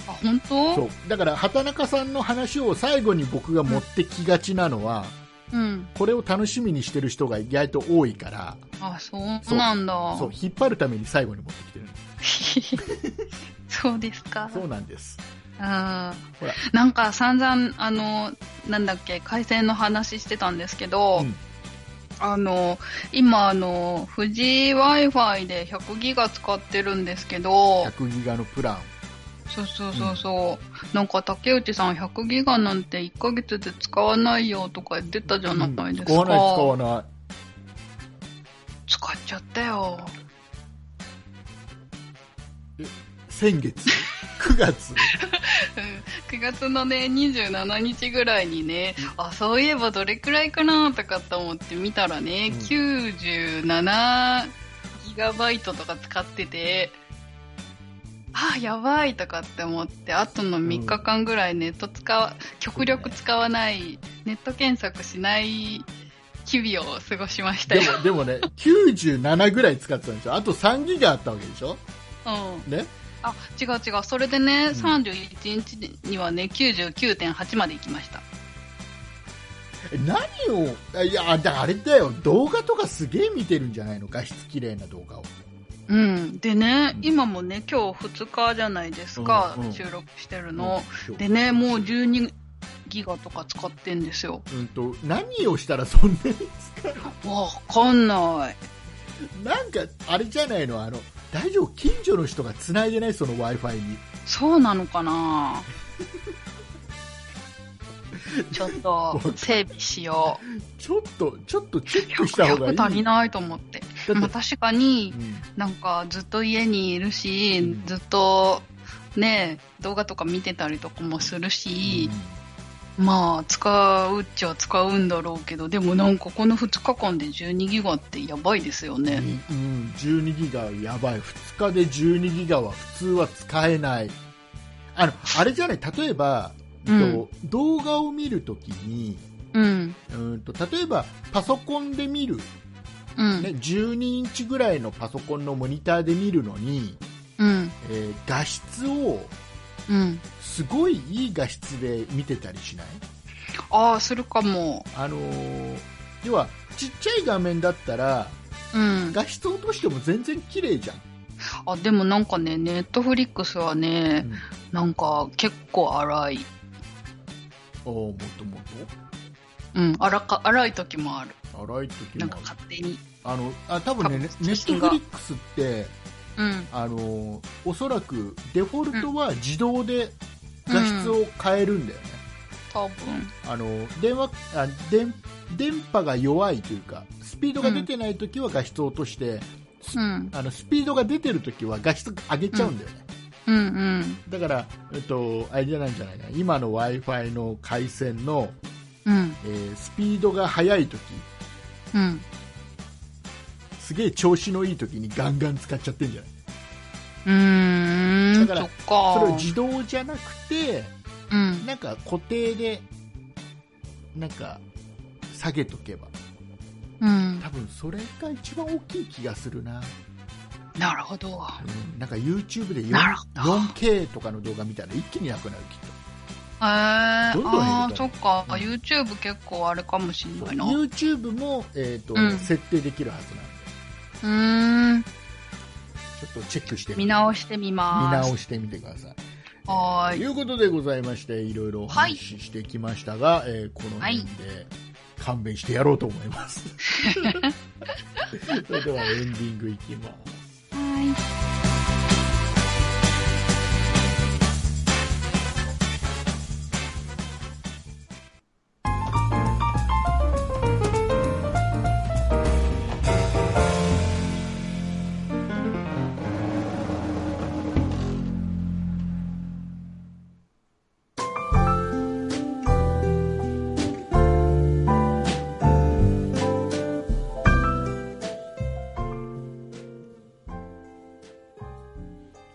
Speaker 1: あ、本当
Speaker 2: そう。だから、畑中さんの話を最後に僕が持ってきがちなのは、
Speaker 1: うん。
Speaker 2: これを楽しみにしてる人が意外と多いから、
Speaker 1: あ、そうなんだ。
Speaker 2: そう、引っ張るために最後に持ってきてる。
Speaker 1: そうですか。
Speaker 2: そうなんです。
Speaker 1: あ
Speaker 2: ほら
Speaker 1: ーなんか散々、あの、なんだっけ、回線の話してたんですけど、
Speaker 2: うん
Speaker 1: あの、今、あの、富士 Wi-Fi で100ギガ使ってるんですけど、
Speaker 2: 100ギガのプラン。
Speaker 1: そうそうそうそう、なんか竹内さん100ギガなんて1ヶ月で使わないよとか言ってたじゃないですか。
Speaker 2: うん使わない、使わない。
Speaker 1: 使っちゃったよ。
Speaker 2: 先 月、9月。
Speaker 1: 9月のね、27日ぐらいにね、あ、そういえばどれくらいかなとかと思って見たらね、
Speaker 2: うん
Speaker 1: 97ギガバイトとか使ってて、あ、やばいとかって思って、あとの3日間ぐらいネット使わ、極力使わない、ネット検索しない日々を過ごしました
Speaker 2: で
Speaker 1: よ。
Speaker 2: もでもね、97ぐらい使ってたんでしょ、あと3ギガあったわけでしょ、
Speaker 1: うん。
Speaker 2: ね、
Speaker 1: あ、違う違う。それでね、
Speaker 2: ん
Speaker 1: 31日にはね、99.8まで行きました。
Speaker 2: え何を、あいや、だあれだよ、動画とかすげえ見てるんじゃないの、画質綺麗な動画を。
Speaker 1: うん、でね、
Speaker 2: うん
Speaker 1: 今もね、今日2日じゃないですか、
Speaker 2: うんうん
Speaker 1: 収録してるの。
Speaker 2: うん
Speaker 1: でね、もう12ギガとか使ってんですよ。
Speaker 2: うんと、何をしたらそんなに使う
Speaker 1: わかんない。
Speaker 2: なんかあれじゃないのあの大丈夫近所の人が繋いでないその w i f i に
Speaker 1: そうなのか なちょっと整備しよう
Speaker 2: ちょっとちょっとチェックした方がいい
Speaker 1: 100足りないと思って
Speaker 2: て
Speaker 1: まあ確かに
Speaker 2: うん
Speaker 1: なんかずっと家にいるし、
Speaker 2: うん
Speaker 1: ずっとね動画とか見てたりとかもするし、まあ使うっちゃ使うんだろうけどでもなんかこの2日間で12ギガってやばいですよね、
Speaker 2: うん、12ギガやばい2日で12ギガは普通は使えないあのあれじゃない例えば、
Speaker 1: うん
Speaker 2: えっと動画を見るときに
Speaker 1: うん
Speaker 2: うんと例えばパソコンで見る、ね
Speaker 1: うん、
Speaker 2: 12インチぐらいのパソコンのモニターで見るのに、
Speaker 1: うん
Speaker 2: えー画質を
Speaker 1: うん
Speaker 2: すごいいい画質で見てたりしない
Speaker 1: ああするかも
Speaker 2: あのー要はちっちゃい画面だったら
Speaker 1: うん
Speaker 2: 画質落としても全然綺麗じゃん、
Speaker 1: あでもなんかねネットフリックスはね、
Speaker 2: うん
Speaker 1: なんか結構荒い
Speaker 2: おーもとも
Speaker 1: うん荒か荒い時もある
Speaker 2: と荒い時
Speaker 1: なん
Speaker 2: も
Speaker 1: か
Speaker 2: ある
Speaker 1: 勝手に
Speaker 2: あのあ多分ね、ネ
Speaker 1: 多分写
Speaker 2: ッ
Speaker 1: 真
Speaker 2: ト
Speaker 1: が
Speaker 2: フリックスって
Speaker 1: うん
Speaker 2: あのおそらくデフォルトは自動で画質を変えるんだよね、
Speaker 1: 多分
Speaker 2: あの電話あ電電波が弱いというかスピードが出てない時は画質を落として、
Speaker 1: うん
Speaker 2: あのスピードが出てる時は画質上げちゃうんだよね、
Speaker 1: うんうん
Speaker 2: だから、えっと、あれじゃないんじゃないかな今の w i f i の回線の、
Speaker 1: うん
Speaker 2: えースピードが速い時
Speaker 1: うん
Speaker 2: すげえ調子のいい時にガンガン使っちゃってるんじゃないう
Speaker 1: ーん
Speaker 2: だから
Speaker 1: そっか
Speaker 2: それを自動じゃなくて
Speaker 1: うん
Speaker 2: なんか固定でなんか下げとけば
Speaker 1: うん
Speaker 2: 多分それが一番大きい気がするな、
Speaker 1: なるほど
Speaker 2: うん、なんか YouTube で
Speaker 1: なるほど
Speaker 2: 4K とかの動画見たら一気になくなるきっと
Speaker 1: へえあ
Speaker 2: どんどん減るから
Speaker 1: あーそっか、
Speaker 2: うん
Speaker 1: YouTube 結構あれかもしんないなう
Speaker 2: YouTube も、えーと
Speaker 1: うん
Speaker 2: 設定できるはずなん
Speaker 1: ーん
Speaker 2: でちょっとチェックしてみて
Speaker 1: 見直してみ
Speaker 2: 見
Speaker 1: ます
Speaker 2: 直してみてください
Speaker 1: は
Speaker 2: と
Speaker 1: ーい
Speaker 2: いうことでございましていろいろお話ししてきましたが、えーこの辺で勘弁してやろうと思い ます、それではエンディングいきます
Speaker 1: はい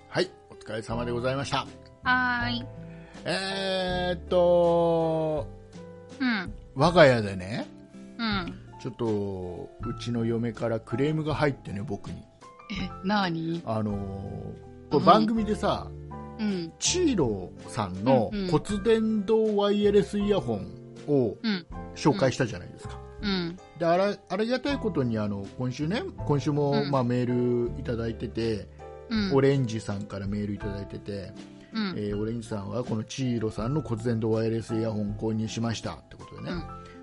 Speaker 2: はいお疲れ様でございました
Speaker 1: はーい
Speaker 2: えー、っと
Speaker 1: うん
Speaker 2: 我が家でね
Speaker 1: うん
Speaker 2: ちょっとうちの嫁からクレームが入ってね僕に
Speaker 1: えなに
Speaker 2: あのーこれ番組でさ、
Speaker 1: うん
Speaker 2: チーロさんの
Speaker 1: うんうん
Speaker 2: 骨伝導ワイヤレスイヤホンを
Speaker 1: うん
Speaker 2: 紹介したじゃないですか、
Speaker 1: うん
Speaker 2: であらありがたいことにあの今週ね今週も、
Speaker 1: うん
Speaker 2: まあ、メールいただいてて、
Speaker 1: うん
Speaker 2: オレンジさんからメールいただいてて、
Speaker 1: うん
Speaker 2: えーオレンジさんはこのチーロさんの骨伝導ワイヤレスイヤホン購入しましたってことでね、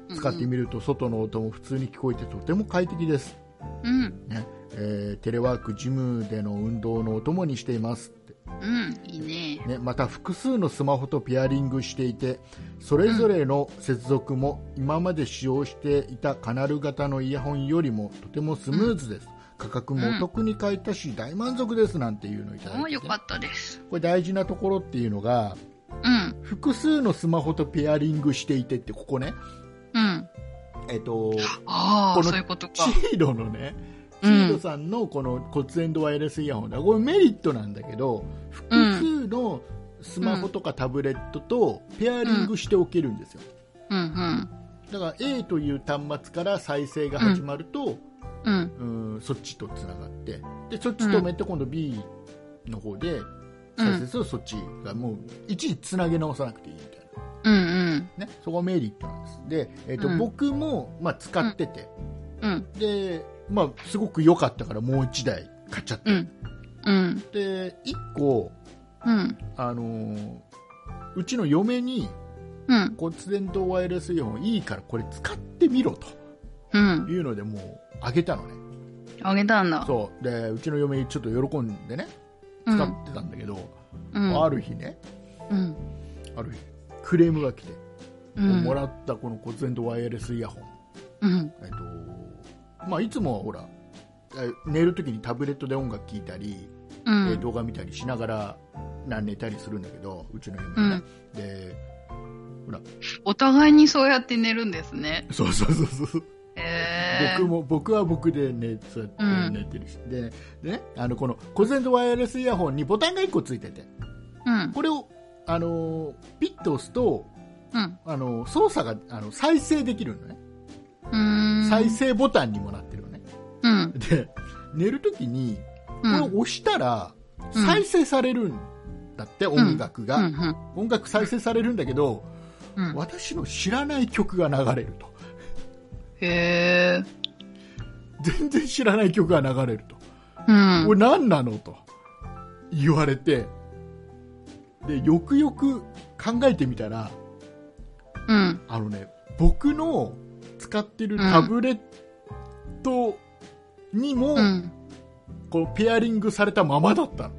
Speaker 1: うん
Speaker 2: 使ってみると外の音も普通に聞こえてとても快適です、
Speaker 1: うん
Speaker 2: ねえーテレワークジムでの運動のお供にしていますって
Speaker 1: うんいいね
Speaker 2: ね、また複数のスマホとピアリングしていてそれぞれの接続も今まで使用していたカナル型のイヤホンよりもとてもスムーズです、価格もお得に買えたし大満足ですなんていうのをいただい
Speaker 1: もう
Speaker 2: て
Speaker 1: よ
Speaker 2: て、
Speaker 1: かったです
Speaker 2: これ大事なところっていうのが
Speaker 1: うん
Speaker 2: 複数のスマホとピアリングしていてってここね、
Speaker 1: うん
Speaker 2: えっと
Speaker 1: あ
Speaker 2: こ
Speaker 1: あ
Speaker 2: の
Speaker 1: そういうことか
Speaker 2: チードのねチ
Speaker 1: うん
Speaker 2: ードさんのこの骨伝導ワイヤレスイヤホンだこれメリットなんだけど複数のスマホとかタブレットとペアリングしておけるんですよ
Speaker 1: うん
Speaker 2: だから A という端末から再生が始まると、
Speaker 1: うんうん
Speaker 2: うん、そっちとつながってでそっち止めて今度 B の方で再生するとそっちがもういちいちつなげ直さなくていいみたいな。
Speaker 1: うんうん
Speaker 2: ね、そこがメリットなんですで、えーと
Speaker 1: うん
Speaker 2: 僕も、まあ、使ってて、
Speaker 1: うん
Speaker 2: で、まあ、すごく良かったからもう1台買っちゃって、
Speaker 1: うんうん
Speaker 2: で1個、
Speaker 1: うん
Speaker 2: あのーうちの嫁に
Speaker 1: うん
Speaker 2: 骨伝導ワイヤレスイヤホンいいからこれ使ってみろと
Speaker 1: うん
Speaker 2: いうのでもうあげたのね
Speaker 1: あげたんだ。
Speaker 2: そうでうちの嫁ちょっと喜んでね
Speaker 1: うん
Speaker 2: 使ってたんだけど、
Speaker 1: うん。
Speaker 2: ある日ね
Speaker 1: うん。
Speaker 2: ある日クレームが来て、
Speaker 1: うん。
Speaker 2: もらったこの骨伝導ワイヤレスイヤホン、
Speaker 1: うん。
Speaker 2: えっとまあ、いつもはほらえ寝るときにタブレットで音楽聴いたり、
Speaker 1: う
Speaker 2: え
Speaker 1: ん。
Speaker 2: 動画見たりしながらな寝たりするんだけどうちの嫁ね、で
Speaker 1: お互いにそうやって寝るんですね。
Speaker 2: そうそうそうそう
Speaker 1: えー。
Speaker 2: 僕も僕は僕でねそうやって寝てるし、でねでねあのこの骨伝導ワイヤレスイヤホンにボタンが1個ついてて
Speaker 1: うん。
Speaker 2: これをあのーピッと押すと
Speaker 1: うん。
Speaker 2: あのー操作があの再生できるのね
Speaker 1: うーん。
Speaker 2: 再生ボタンにもなってるのね
Speaker 1: うん。
Speaker 2: で寝るときに
Speaker 1: う
Speaker 2: こ
Speaker 1: ん。
Speaker 2: れ
Speaker 1: う
Speaker 2: を
Speaker 1: ん。
Speaker 2: 押したら
Speaker 1: うん
Speaker 2: 再生されるんだって、
Speaker 1: ん
Speaker 2: 音楽が、
Speaker 1: うん。
Speaker 2: 音楽再生されるんだけど、
Speaker 1: うん。
Speaker 2: 私の知らない曲が流れると
Speaker 1: へえ。
Speaker 2: 全然知らない曲が流れると、
Speaker 1: うん。
Speaker 2: これ何なのと言われてでよくよく考えてみたら
Speaker 1: うん。
Speaker 2: あのね僕の使ってるタブレットにも、
Speaker 1: うん。
Speaker 2: こうペアリングされたままだったの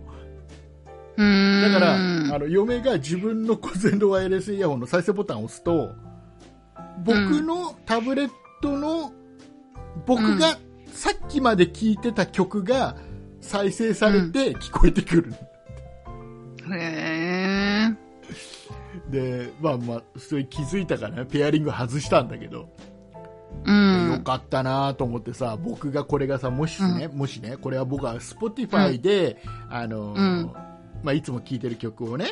Speaker 1: うーん。
Speaker 2: だから、
Speaker 1: うん
Speaker 2: あの嫁が自分の骨伝導ワイヤレスイヤホンの再生ボタンを押すと僕のタブレットの僕がさっきまで聴いてた曲が再生されて聞こえてくる、
Speaker 1: へえ。
Speaker 2: でまあまあそれ気づいたから、ね、ペアリング外したんだけど、
Speaker 1: う
Speaker 2: よ
Speaker 1: ん。
Speaker 2: かったなと思ってさ僕がこれがさもしね、もしねこれは僕は Spotify で、あのー
Speaker 1: うん
Speaker 2: まあ、いつも聴いてる曲をね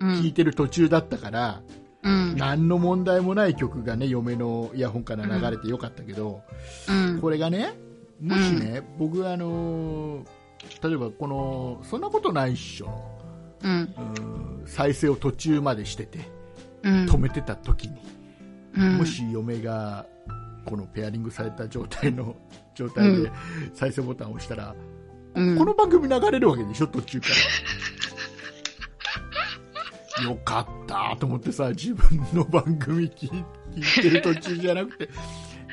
Speaker 1: う
Speaker 2: 聴い
Speaker 1: ん。
Speaker 2: てる途中だったから、
Speaker 1: うん。
Speaker 2: 何の問題もない曲がね嫁のイヤホンから流れてよかったけど、
Speaker 1: うん。
Speaker 2: これがねもしね、僕があのー例えばこの「そんなことないっしょ
Speaker 1: うん。」
Speaker 2: うん再生を途中までしてて
Speaker 1: うん。
Speaker 2: 止めてた時に、
Speaker 1: うん
Speaker 2: も。し嫁がこのペアリングされた状態の状態
Speaker 1: う
Speaker 2: で再生ボタンを押したら、
Speaker 1: うん
Speaker 2: この番組流れるわけでしょ途 中からよかったと思ってさ自分の番組聞い聞いてる途中じゃなくて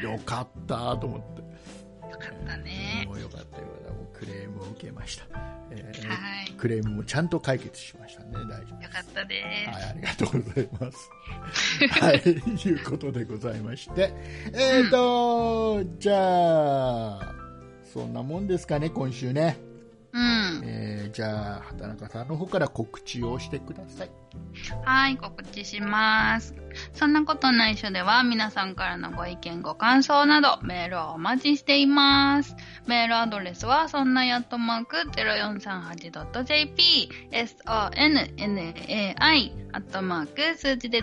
Speaker 2: よかったと思って
Speaker 1: だね。
Speaker 2: もうよかったよかったもうクレームを受けました、えー
Speaker 1: はい。
Speaker 2: クレームもちゃんと解決しましたね大丈夫
Speaker 1: よかったです。
Speaker 2: はい、ありがとうござい ます。はい、いうことでございまして。えっ、ー、と、じゃあ、そんなもんですかね、今週ね。
Speaker 1: うん。
Speaker 2: えーじゃあ、畑中さんの方から告知をしてください。
Speaker 1: はい、告知します。そんなことないっしょでは、皆さんからのご意見、ご感想など、メールをお待ちしています。メールアドレスは、そんなやっとマーク 0438.jp、sonnai、アットマーク数字で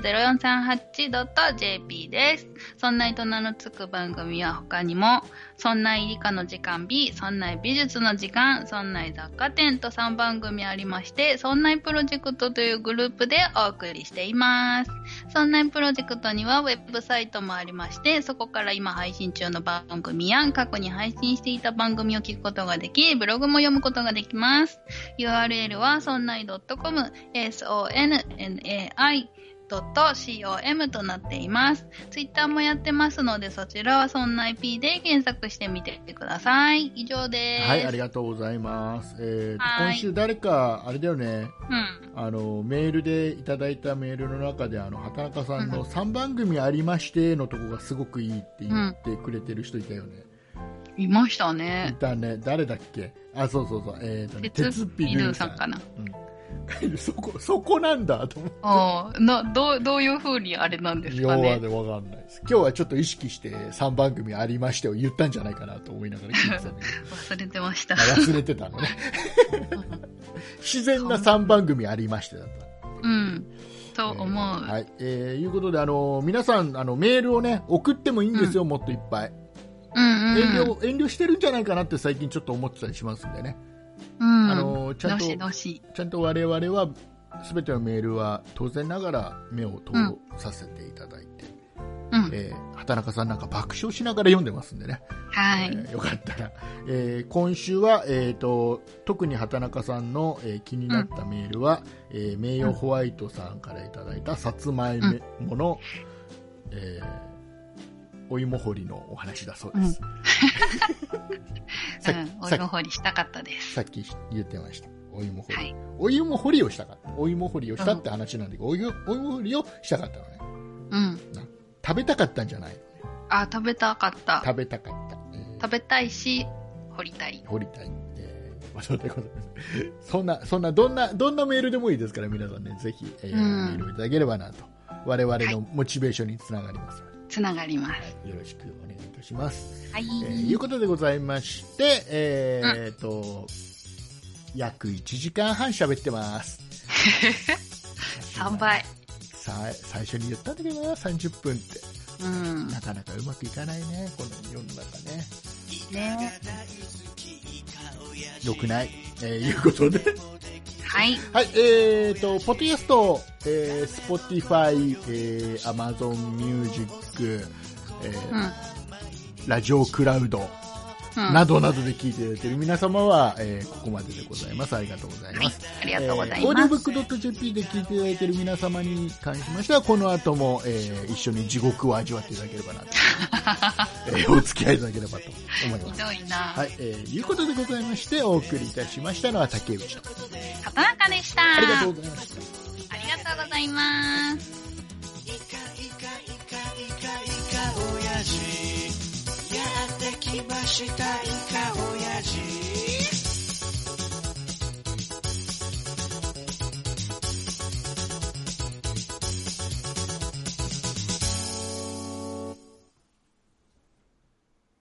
Speaker 1: 0438.jp です。そんないと名のつく番組は他にも、そんない理科の時間 B、そんない美術の時間、そんない雑貨店と3番組ありまして、そんないプロジェクトというグループでお送りしています。そんないプロジェクトにはウェブサイトもありまして、そこから今配信中の番組や過去に配信していた番組を聞くことができ、ブログも読むことができます。URL はそんない .com、sonnai .com となっています。ツイッターもやってますので、そちらはそんな IP で検索してみてください。以上です。
Speaker 2: はい、ありがとうございます。えーと
Speaker 1: はい
Speaker 2: 今週誰か、あれだよね、
Speaker 1: うん。
Speaker 2: あの、メールでいただいたメールの中で、あの、畑中さんの3番組ありましてのとこがすごくいいって言ってくれてる人いたよね。
Speaker 1: いました
Speaker 2: い
Speaker 1: ね。
Speaker 2: たね、誰だっけあ、そうそうそう、えーとね、鉄ピヌ
Speaker 1: 犬
Speaker 2: ーさ
Speaker 1: さ
Speaker 2: ん
Speaker 1: んかな。
Speaker 2: うん そこ、そこなんだと思って。
Speaker 1: おーなどうどういう風にあれなんです
Speaker 2: 要
Speaker 1: か
Speaker 2: は
Speaker 1: ね
Speaker 2: ね、。わかんないです。今日はちょっと意識して3番組ありましてを言ったんじゃないかなと思いながら聞いてたんだけ
Speaker 1: 忘れてました。
Speaker 2: ど、忘れてた のね。自然な3番組ありましてだった。
Speaker 1: うん。と思う。
Speaker 2: えーはい。えーいうことで、あの、皆さん、あの、メールをね、送ってもいいんですよ、もっといっぱい。
Speaker 1: うんうん。
Speaker 2: 遠慮、遠慮してるんじゃないかなって最近ちょっと思ってたりしますんでね。
Speaker 1: うん。
Speaker 2: あの、ちゃん
Speaker 1: ど
Speaker 2: と
Speaker 1: しどし。
Speaker 2: ちゃんと我々は全てのメールは当然ながら目を通させていただいて、
Speaker 1: うん。
Speaker 2: えー畑中さんなんか爆笑しながら読んでますんでね、
Speaker 1: は
Speaker 2: え
Speaker 1: い。
Speaker 2: ーよかったら、えー今週は、えー、と特に畑中さんの、えー気になったメールは、えー名誉ホワイトさんからいただいたさつまいもの、えーお芋掘りのお話だそうです。さっ
Speaker 1: うん、お
Speaker 2: きさっ
Speaker 1: 芋掘りしたかったです。
Speaker 2: きさっき言ってました。お芋掘り。
Speaker 1: はい。
Speaker 2: お芋掘りをしたかった。お芋掘りをしたって話なんだけど、お芋お芋掘りをしたかったのね。
Speaker 1: うん。
Speaker 2: 食べたかったんじゃないのね。
Speaker 1: あ、食べたかった。
Speaker 2: 食べたかった。えー
Speaker 1: 食べたいし、掘りたい。
Speaker 2: 掘りたいってことでございます。そんな、そんな、どんな、どんなメールでもいいですから、皆さんね、ぜひ、えー
Speaker 1: うん
Speaker 2: メールいただければなと。我々
Speaker 1: はい
Speaker 2: のモチベーションにつながりますので、
Speaker 1: つながります。
Speaker 2: よろしくお願いいたします。
Speaker 1: はい。
Speaker 2: えーいうことでございまして、えーえーと、約1時間半喋っ てます。
Speaker 1: 3倍。
Speaker 2: さ最初に言ったんだけどな、30分って。
Speaker 1: うん。
Speaker 2: なかなかうまくいかないね、この世の中ね。
Speaker 1: ね。
Speaker 2: 良くない。えーいうことで。
Speaker 1: はい。
Speaker 2: はい、えー、と、ポッドキャスト、えー、Spotify、えー、Amazon Music、えー
Speaker 1: うん。
Speaker 2: ラジオクラウド
Speaker 1: うん。
Speaker 2: などなどで聞いていただいている皆様は、えーここまででございます。ありがとうござい
Speaker 1: はい
Speaker 2: ます。。
Speaker 1: ありがとうござい
Speaker 2: オーディ
Speaker 1: ま
Speaker 2: オブ
Speaker 1: す。
Speaker 2: ックドット JP で聞いていただいている皆様に関しましては、この後も、えー一緒に地獄を味わっていただければ なと、えーお付き合いいただければと思いま
Speaker 1: ひ
Speaker 2: す。
Speaker 1: どいな。
Speaker 2: はい、えー、いうことでございまして、お送りいたしましたのは竹内と。
Speaker 1: 畑中でした。
Speaker 2: あ
Speaker 1: あ
Speaker 2: りがとうございました。
Speaker 1: ありがとうございます。
Speaker 3: やってきましたイカオヤジ